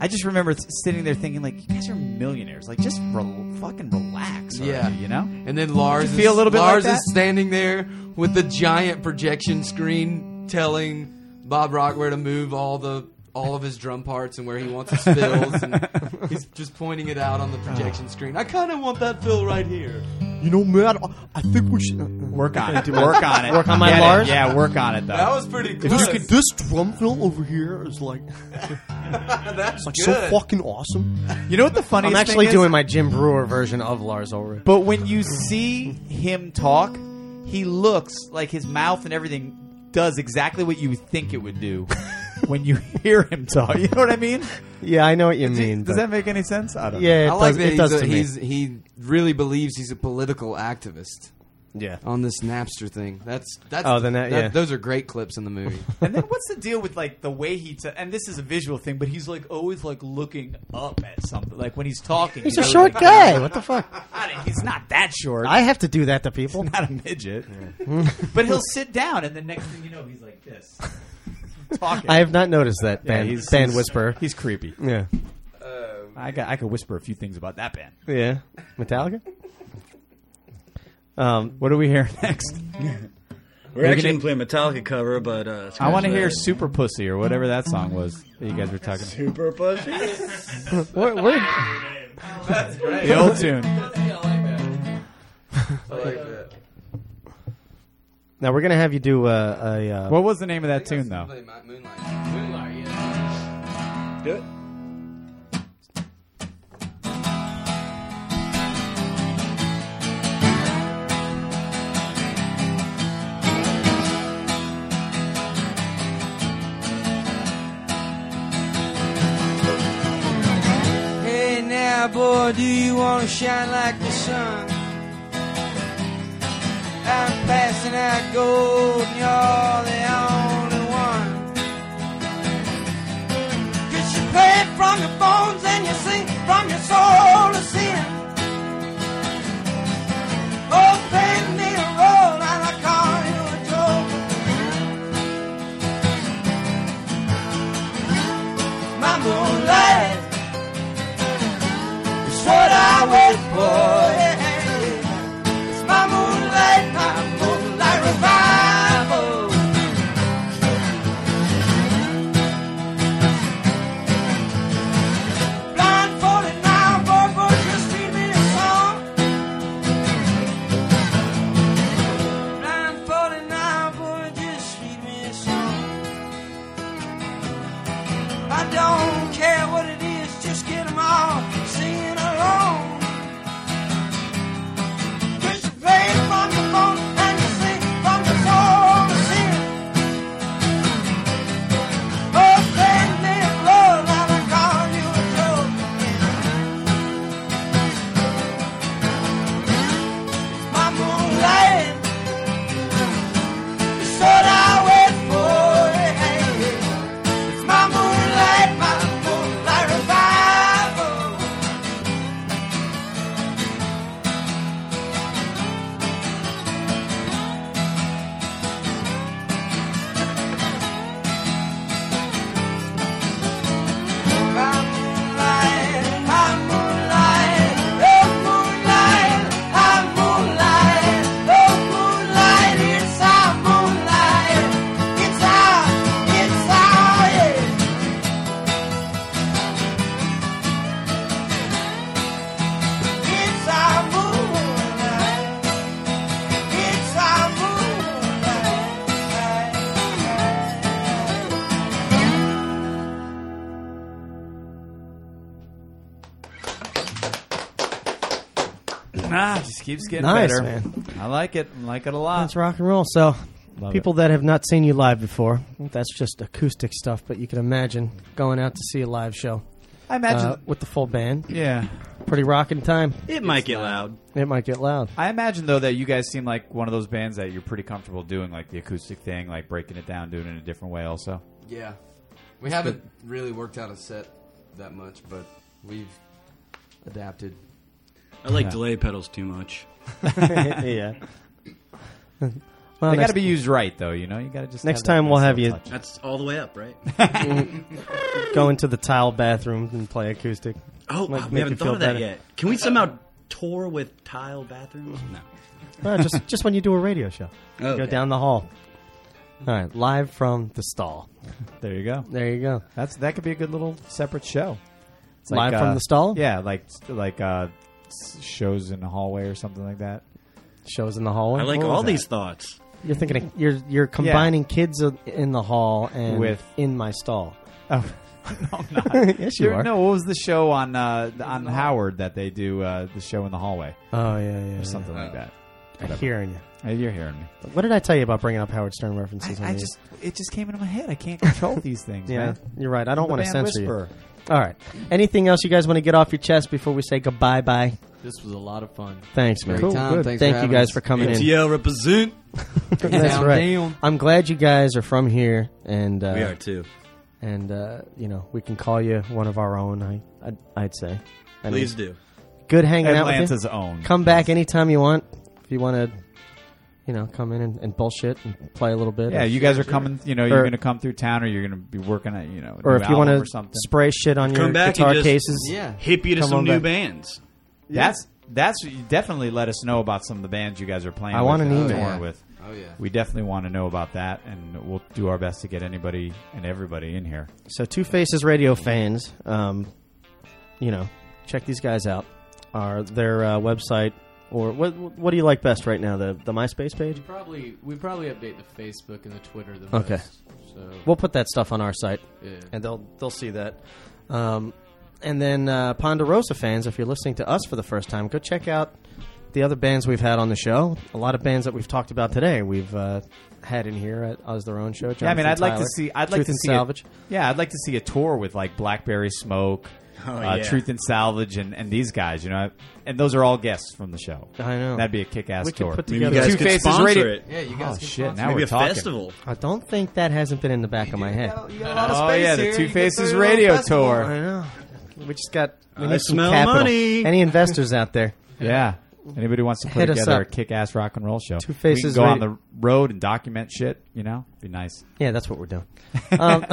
Speaker 3: I just remember s- sitting there thinking, like, you guys are millionaires. Like, just rel- fucking relax. Already,
Speaker 7: Yeah.
Speaker 3: You know?
Speaker 7: and then Lars
Speaker 3: you feel
Speaker 7: is,
Speaker 3: a little bit like
Speaker 7: Lars
Speaker 3: that?
Speaker 7: is standing there with the giant projection screen telling Bob Rock where to move all the all of his drum parts and where he wants his
Speaker 3: [LAUGHS]
Speaker 7: fills. and he's just pointing it out on the projection screen. I kind of want that fill right here.
Speaker 2: You know, man, I think we should.
Speaker 3: Work on it. work on it.
Speaker 2: Work on my
Speaker 3: Get it.
Speaker 2: Lars?
Speaker 3: Yeah, work on it, though.
Speaker 7: That was pretty close.
Speaker 2: this drum fill over here is like,
Speaker 7: [LAUGHS] That's good.
Speaker 2: fucking awesome.
Speaker 3: you know what the funniest
Speaker 2: I'm actually
Speaker 3: thing is?
Speaker 2: doing my Jim Brewer version of Lars Ulrich.
Speaker 3: But when you see him talk, he looks like his mouth and everything does exactly what you think it would [LAUGHS] do when you hear him talk. You know what I mean?
Speaker 2: Yeah, I know what you mean.
Speaker 3: Does
Speaker 2: but-
Speaker 3: that make any sense? I don't know.
Speaker 2: yeah, it
Speaker 7: I
Speaker 2: does.
Speaker 7: like that
Speaker 2: it does
Speaker 7: he's,
Speaker 2: to
Speaker 7: a,
Speaker 2: me.
Speaker 7: he's he really believes he's a political activist
Speaker 2: yeah.
Speaker 7: on this Napster thing. That's that's
Speaker 2: Oh, the na-
Speaker 7: that-
Speaker 2: yeah.
Speaker 7: those are great clips in
Speaker 2: [LAUGHS]
Speaker 7: the movie.
Speaker 3: And then what's the deal with like the way he t- and this is a visual thing, but he's like always like looking up at something. Like when he's talking,
Speaker 2: He's
Speaker 3: you
Speaker 2: a
Speaker 3: know,
Speaker 2: short
Speaker 3: like, [LAUGHS]
Speaker 2: guy. What the fuck?
Speaker 3: God, he's not that short.
Speaker 2: I have to do that to people.
Speaker 3: not a [LAUGHS] midget, but he'll sit down, and the next thing you know, he's like this, talking.
Speaker 2: I have not noticed that
Speaker 3: Yeah,
Speaker 2: band,
Speaker 3: he's-
Speaker 2: band
Speaker 3: he's-
Speaker 2: whisperer.
Speaker 3: He's creepy.
Speaker 2: Yeah.
Speaker 3: Um, I got, I could whisper a few things about that band.
Speaker 2: Yeah. Metallica? Um,
Speaker 3: What do we hear next?
Speaker 8: We're actually gonna play a Metallica cover, but uh, it's
Speaker 3: I want to
Speaker 8: kinda-
Speaker 3: hear "Super Pussy" or whatever that song was that you guys were talking.
Speaker 8: Super Pussy.
Speaker 2: what, what,
Speaker 3: The old tune.
Speaker 2: now we're going to have you do a. a uh,
Speaker 3: What was the name of that tune though?
Speaker 8: Do it.
Speaker 5: Hey now, boy, do you want to shine like the sun? I'm passing out gold, and you're the only one. Cause you play from your bones and you sing from your soul to sin. Oh, paint me a road and I call you a joke. highway boy. It's my moonlight, my moonlight revival. Blindfolded now, boy, boy, just read me a song. Blindfolded now, boy, just read me a song. I don't care what it is, just get 'em all singing along. Cause you play it from your phone and you sing from your soul to sing. Oh, send me a roll and I call you a joke. My moonlight is what I wait for. yeah. It's my moonlight, my moonlight revival. My moonlight, my moonlight, oh moonlight, our moonlight, oh moonlight, it's our moonlight, it's our, it's our, yeah. It's our moonlight. It's our moonlight.
Speaker 3: Nah, just keeps getting
Speaker 2: Nice,
Speaker 3: better.
Speaker 2: man.
Speaker 3: I like it. I like it a lot.
Speaker 2: That's rock and roll. So,
Speaker 3: Love
Speaker 2: people that have not seen you live before, that's just acoustic stuff, but you can imagine going out to see a live show. uh,
Speaker 3: I imagine-
Speaker 2: with the full band.
Speaker 3: Yeah.
Speaker 2: Pretty rocking time.
Speaker 14: It might get loud.
Speaker 2: It might get
Speaker 3: [LAUGHS]
Speaker 2: loud.
Speaker 3: I imagine though that you guys seem like one of those bands that you're pretty comfortable doing like the acoustic thing, like breaking it down, doing it in a different way also.
Speaker 4: Yeah, we haven't really worked out a set that much, but we've adapted.
Speaker 8: I like
Speaker 3: Yeah.
Speaker 8: delay pedals too much.
Speaker 2: [LAUGHS] yeah. Well,
Speaker 3: they got
Speaker 2: next,
Speaker 3: to be used right though, you know? You got to just
Speaker 2: next
Speaker 3: have that
Speaker 2: time we'll
Speaker 3: nice
Speaker 2: have
Speaker 3: little
Speaker 2: you
Speaker 3: touch.
Speaker 14: That's all the way up, right?
Speaker 2: go into the tile bathroom and play
Speaker 3: [LAUGHS]
Speaker 2: acoustic.
Speaker 14: Oh,
Speaker 2: Might
Speaker 14: wow,
Speaker 2: make
Speaker 14: we
Speaker 2: you
Speaker 14: haven't
Speaker 2: feel
Speaker 14: thought of that
Speaker 2: better.
Speaker 14: yet. Can we somehow tour with tile bathrooms? No.
Speaker 2: Uh, just just when you do a radio show,
Speaker 14: Okay.
Speaker 3: Oh,
Speaker 2: go down the hall. All right, live from the stall.
Speaker 3: There you go.
Speaker 2: There you go.
Speaker 3: That's that could be a good little separate show. It's
Speaker 2: Live from the stall?
Speaker 3: Yeah, like like uh s- shows in the hallway or something like that.
Speaker 2: Shows in the hallway.
Speaker 14: I like
Speaker 2: What was
Speaker 14: all
Speaker 2: that?
Speaker 14: these thoughts.
Speaker 2: You're thinking of, you're you're combining kids of- in the hall and
Speaker 3: With-
Speaker 2: in my stall.
Speaker 3: Oh. [LAUGHS] no, I'm
Speaker 2: [LAUGHS]
Speaker 3: not.
Speaker 2: yes, you
Speaker 3: There-
Speaker 2: are.
Speaker 3: No, what was the show on uh, on Howard that they do uh, the show in the hallway
Speaker 2: Oh yeah, yeah.
Speaker 3: or something like that?
Speaker 2: I'm hearing you.
Speaker 3: Hey, You're hearing me.
Speaker 2: What did I tell you about bringing up Howard Stern references? on
Speaker 3: I, I
Speaker 2: the-
Speaker 3: just it just came into my head. I
Speaker 2: [LAUGHS]
Speaker 3: can't control these things.
Speaker 2: yeah,
Speaker 3: man.
Speaker 2: you're right. I
Speaker 3: The
Speaker 2: don't want to
Speaker 3: band
Speaker 2: censor
Speaker 3: Whisperer.
Speaker 2: you. All right. Anything else you guys want to get off your chest before we say goodbye? Bye.
Speaker 7: This was a lot of fun.
Speaker 2: Thanks, man.
Speaker 4: Great time.
Speaker 2: Good.
Speaker 4: Thanks
Speaker 2: Thank
Speaker 4: for
Speaker 2: you
Speaker 4: having
Speaker 2: guys
Speaker 4: us.
Speaker 2: for coming in.
Speaker 14: ATL represent.
Speaker 2: That's
Speaker 4: Down,
Speaker 2: right.
Speaker 4: down.
Speaker 2: I'm glad you guys are from here, and uh,
Speaker 14: We are too.
Speaker 2: and uh, you know we can call you one of our own. I I'd, I'd say. I mean,
Speaker 14: Please do.
Speaker 2: good hanging out with
Speaker 3: Atlanta's
Speaker 2: you.
Speaker 3: own.
Speaker 2: Come back anytime you want. If you want to, you know, come in and, and bullshit and play a little bit.
Speaker 3: Yeah,
Speaker 2: or,
Speaker 3: you guys are coming. You know, you're
Speaker 2: Or-
Speaker 3: going to come through town, or you're going to be working at you know, a
Speaker 2: or
Speaker 3: new
Speaker 2: if you
Speaker 3: album
Speaker 2: want
Speaker 3: or
Speaker 2: to
Speaker 3: something.
Speaker 2: spray shit on your
Speaker 14: Come back and
Speaker 2: guitar
Speaker 14: just-
Speaker 2: cases.
Speaker 4: Yeah,
Speaker 14: Hip you to
Speaker 2: Come on
Speaker 14: some new
Speaker 2: back.
Speaker 14: bands.
Speaker 3: That's that's you definitely let us know about some of the bands you guys are playing.
Speaker 2: I
Speaker 3: with
Speaker 2: want
Speaker 3: and
Speaker 2: an
Speaker 3: touring
Speaker 4: email.
Speaker 3: with.
Speaker 4: Oh, yeah.
Speaker 3: we definitely want to know about that, and we'll do our best to get anybody and everybody in here.
Speaker 2: So Two Faces Radio fans, um, you know, check these guys out. Are their uh, website or what? What do you like best right now? The the MySpace page.
Speaker 7: Probably we probably update the Facebook and the Twitter the
Speaker 2: Okay. most,
Speaker 7: So
Speaker 2: We'll put that stuff on our site,
Speaker 7: Yeah.
Speaker 2: and they'll they'll see that. Um, and then uh, Ponderosa fans, if you're listening to us for the first time, go check out the other bands we've had on the show. A lot of bands that we've talked about today, we've uh, had in here at as their own show.
Speaker 3: yeah, I mean,
Speaker 2: Jonathan
Speaker 3: I'd like to
Speaker 2: Tyler,
Speaker 3: see. I'd like
Speaker 2: Truth
Speaker 3: to
Speaker 2: and
Speaker 3: see. a-
Speaker 2: salvage.
Speaker 3: yeah, I'd like to see a tour with like Blackberry Smoke, uh,
Speaker 14: Oh, yeah.
Speaker 3: Truth and Salvage, and, and these guys. You know, and those are all guests from the show.
Speaker 2: I know.
Speaker 3: that'd be a kick-ass
Speaker 2: We could
Speaker 3: tour.
Speaker 2: put
Speaker 14: Maybe you
Speaker 2: together.
Speaker 14: guys
Speaker 3: Two
Speaker 14: could
Speaker 3: Faces
Speaker 14: sponsor
Speaker 3: Radio-
Speaker 14: it.
Speaker 4: yeah, you guys.
Speaker 3: Oh
Speaker 4: can
Speaker 3: shit!
Speaker 4: sponsor
Speaker 3: Now
Speaker 14: Maybe
Speaker 3: we're
Speaker 14: a
Speaker 3: talking.
Speaker 14: festival.
Speaker 2: I don't think that hasn't been in the back of my head.
Speaker 3: Oh yeah, the Two Faces Radio Tour.
Speaker 2: I know. We just got. We
Speaker 14: I
Speaker 2: need some
Speaker 14: smell
Speaker 2: capital.
Speaker 14: money.
Speaker 2: Any investors out there?
Speaker 3: Yeah. Anybody wants to put
Speaker 2: Hit us
Speaker 3: together a
Speaker 2: up.
Speaker 3: kick-ass rock and roll show?
Speaker 2: Two Faces
Speaker 3: We can go on
Speaker 2: Radio-
Speaker 3: the road and document shit. You know, be nice.
Speaker 2: Yeah, that's what we're
Speaker 3: [LAUGHS]
Speaker 2: doing. Um,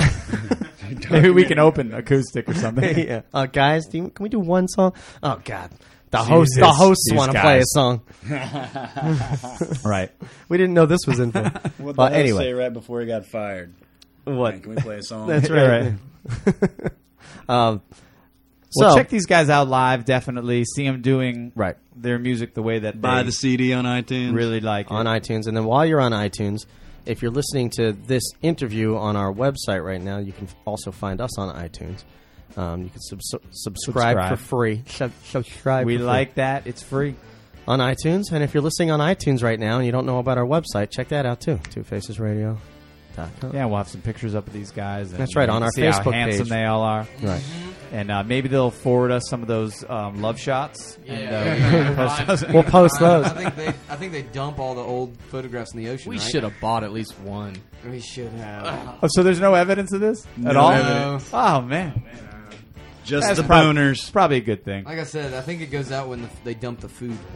Speaker 3: Maybe we can open acoustic or something.
Speaker 2: [LAUGHS] yeah. Uh, guys, do you, can we do one song? Oh God, The host, the
Speaker 3: Jesus,
Speaker 2: hosts
Speaker 3: these
Speaker 2: want to play a
Speaker 3: guys.
Speaker 2: song.
Speaker 3: [LAUGHS] Right.
Speaker 2: We didn't know this was in [LAUGHS] for.
Speaker 15: What the
Speaker 2: but
Speaker 15: hell
Speaker 2: anyway,
Speaker 15: say right before he got fired?
Speaker 2: what?
Speaker 15: Hey, can we play a song?
Speaker 2: That's right. um,
Speaker 3: Well,
Speaker 2: so
Speaker 3: check these guys out live. Definitely see them doing
Speaker 2: Right.
Speaker 3: their music the way that
Speaker 8: [LAUGHS] Buy
Speaker 3: they
Speaker 8: the CD on iTunes.
Speaker 3: really like.
Speaker 2: on
Speaker 3: it.
Speaker 2: iTunes, and then while you're on iTunes, if you're listening to this interview on our website right now, you can also find us on iTunes. Um, you can subs- subscribe,
Speaker 3: Subscribe.
Speaker 2: for free. Sub- subscribe.
Speaker 3: we
Speaker 2: for free.
Speaker 3: like that. It's free.
Speaker 2: on iTunes. And if you're listening on iTunes right now and you don't know about our website, check that out too. TwoFacesRadio.com.
Speaker 3: Yeah, we'll have some pictures up of these guys. and
Speaker 2: That's right,
Speaker 3: you
Speaker 2: on
Speaker 3: can
Speaker 2: our
Speaker 3: see how
Speaker 2: Facebook
Speaker 3: handsome
Speaker 2: page.
Speaker 3: they all are.
Speaker 2: Right.
Speaker 3: And uh, maybe they'll forward us some of those um, love shots. And, uh,
Speaker 16: Yeah.
Speaker 2: We'll [LAUGHS] post those.
Speaker 17: I think they, I think they dump all the old photographs in the ocean.
Speaker 7: We
Speaker 17: right?
Speaker 7: should have bought at least one.
Speaker 17: We should have.
Speaker 3: oh, so there's no evidence of this at all.
Speaker 17: evidence.
Speaker 3: Oh man,
Speaker 8: Just
Speaker 3: That's
Speaker 8: the
Speaker 3: prob-
Speaker 8: boners.
Speaker 3: it's probably a good thing.
Speaker 17: Like I said, I think it goes out when the, they dump the food.
Speaker 8: [LAUGHS]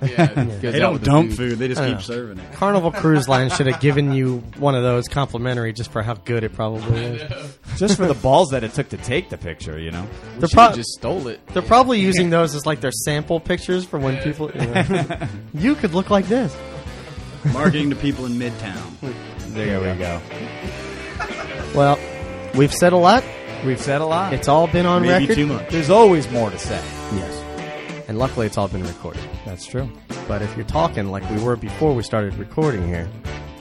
Speaker 7: Yeah,
Speaker 8: They don't dump food. They just keep serving it.
Speaker 2: Carnival Cruise Line should have given you one of those complimentary just for how good it probably [LAUGHS] is.
Speaker 3: Just for the balls that it took to take the picture, you know.
Speaker 2: They're, pro-
Speaker 7: just stole it.
Speaker 2: they're probably using those as like their sample pictures for when people.
Speaker 8: [LAUGHS]
Speaker 2: you could look like this.
Speaker 8: Marketing to people in Midtown.
Speaker 3: There we go.
Speaker 2: Well, we've said a lot.
Speaker 3: We've said a lot.
Speaker 2: It's all been on
Speaker 8: Maybe
Speaker 2: record.
Speaker 8: too much.
Speaker 3: There's always more to say.
Speaker 2: Yes. And luckily, it's all been recorded.
Speaker 3: That's true.
Speaker 2: But if you're talking like we were before we started recording here,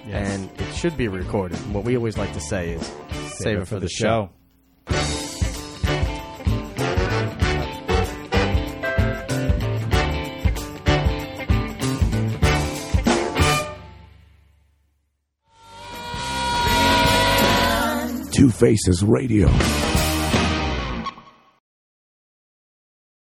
Speaker 2: and it should be recorded, what we always like to say is save, it, for, the show.
Speaker 1: Two Faces Radio.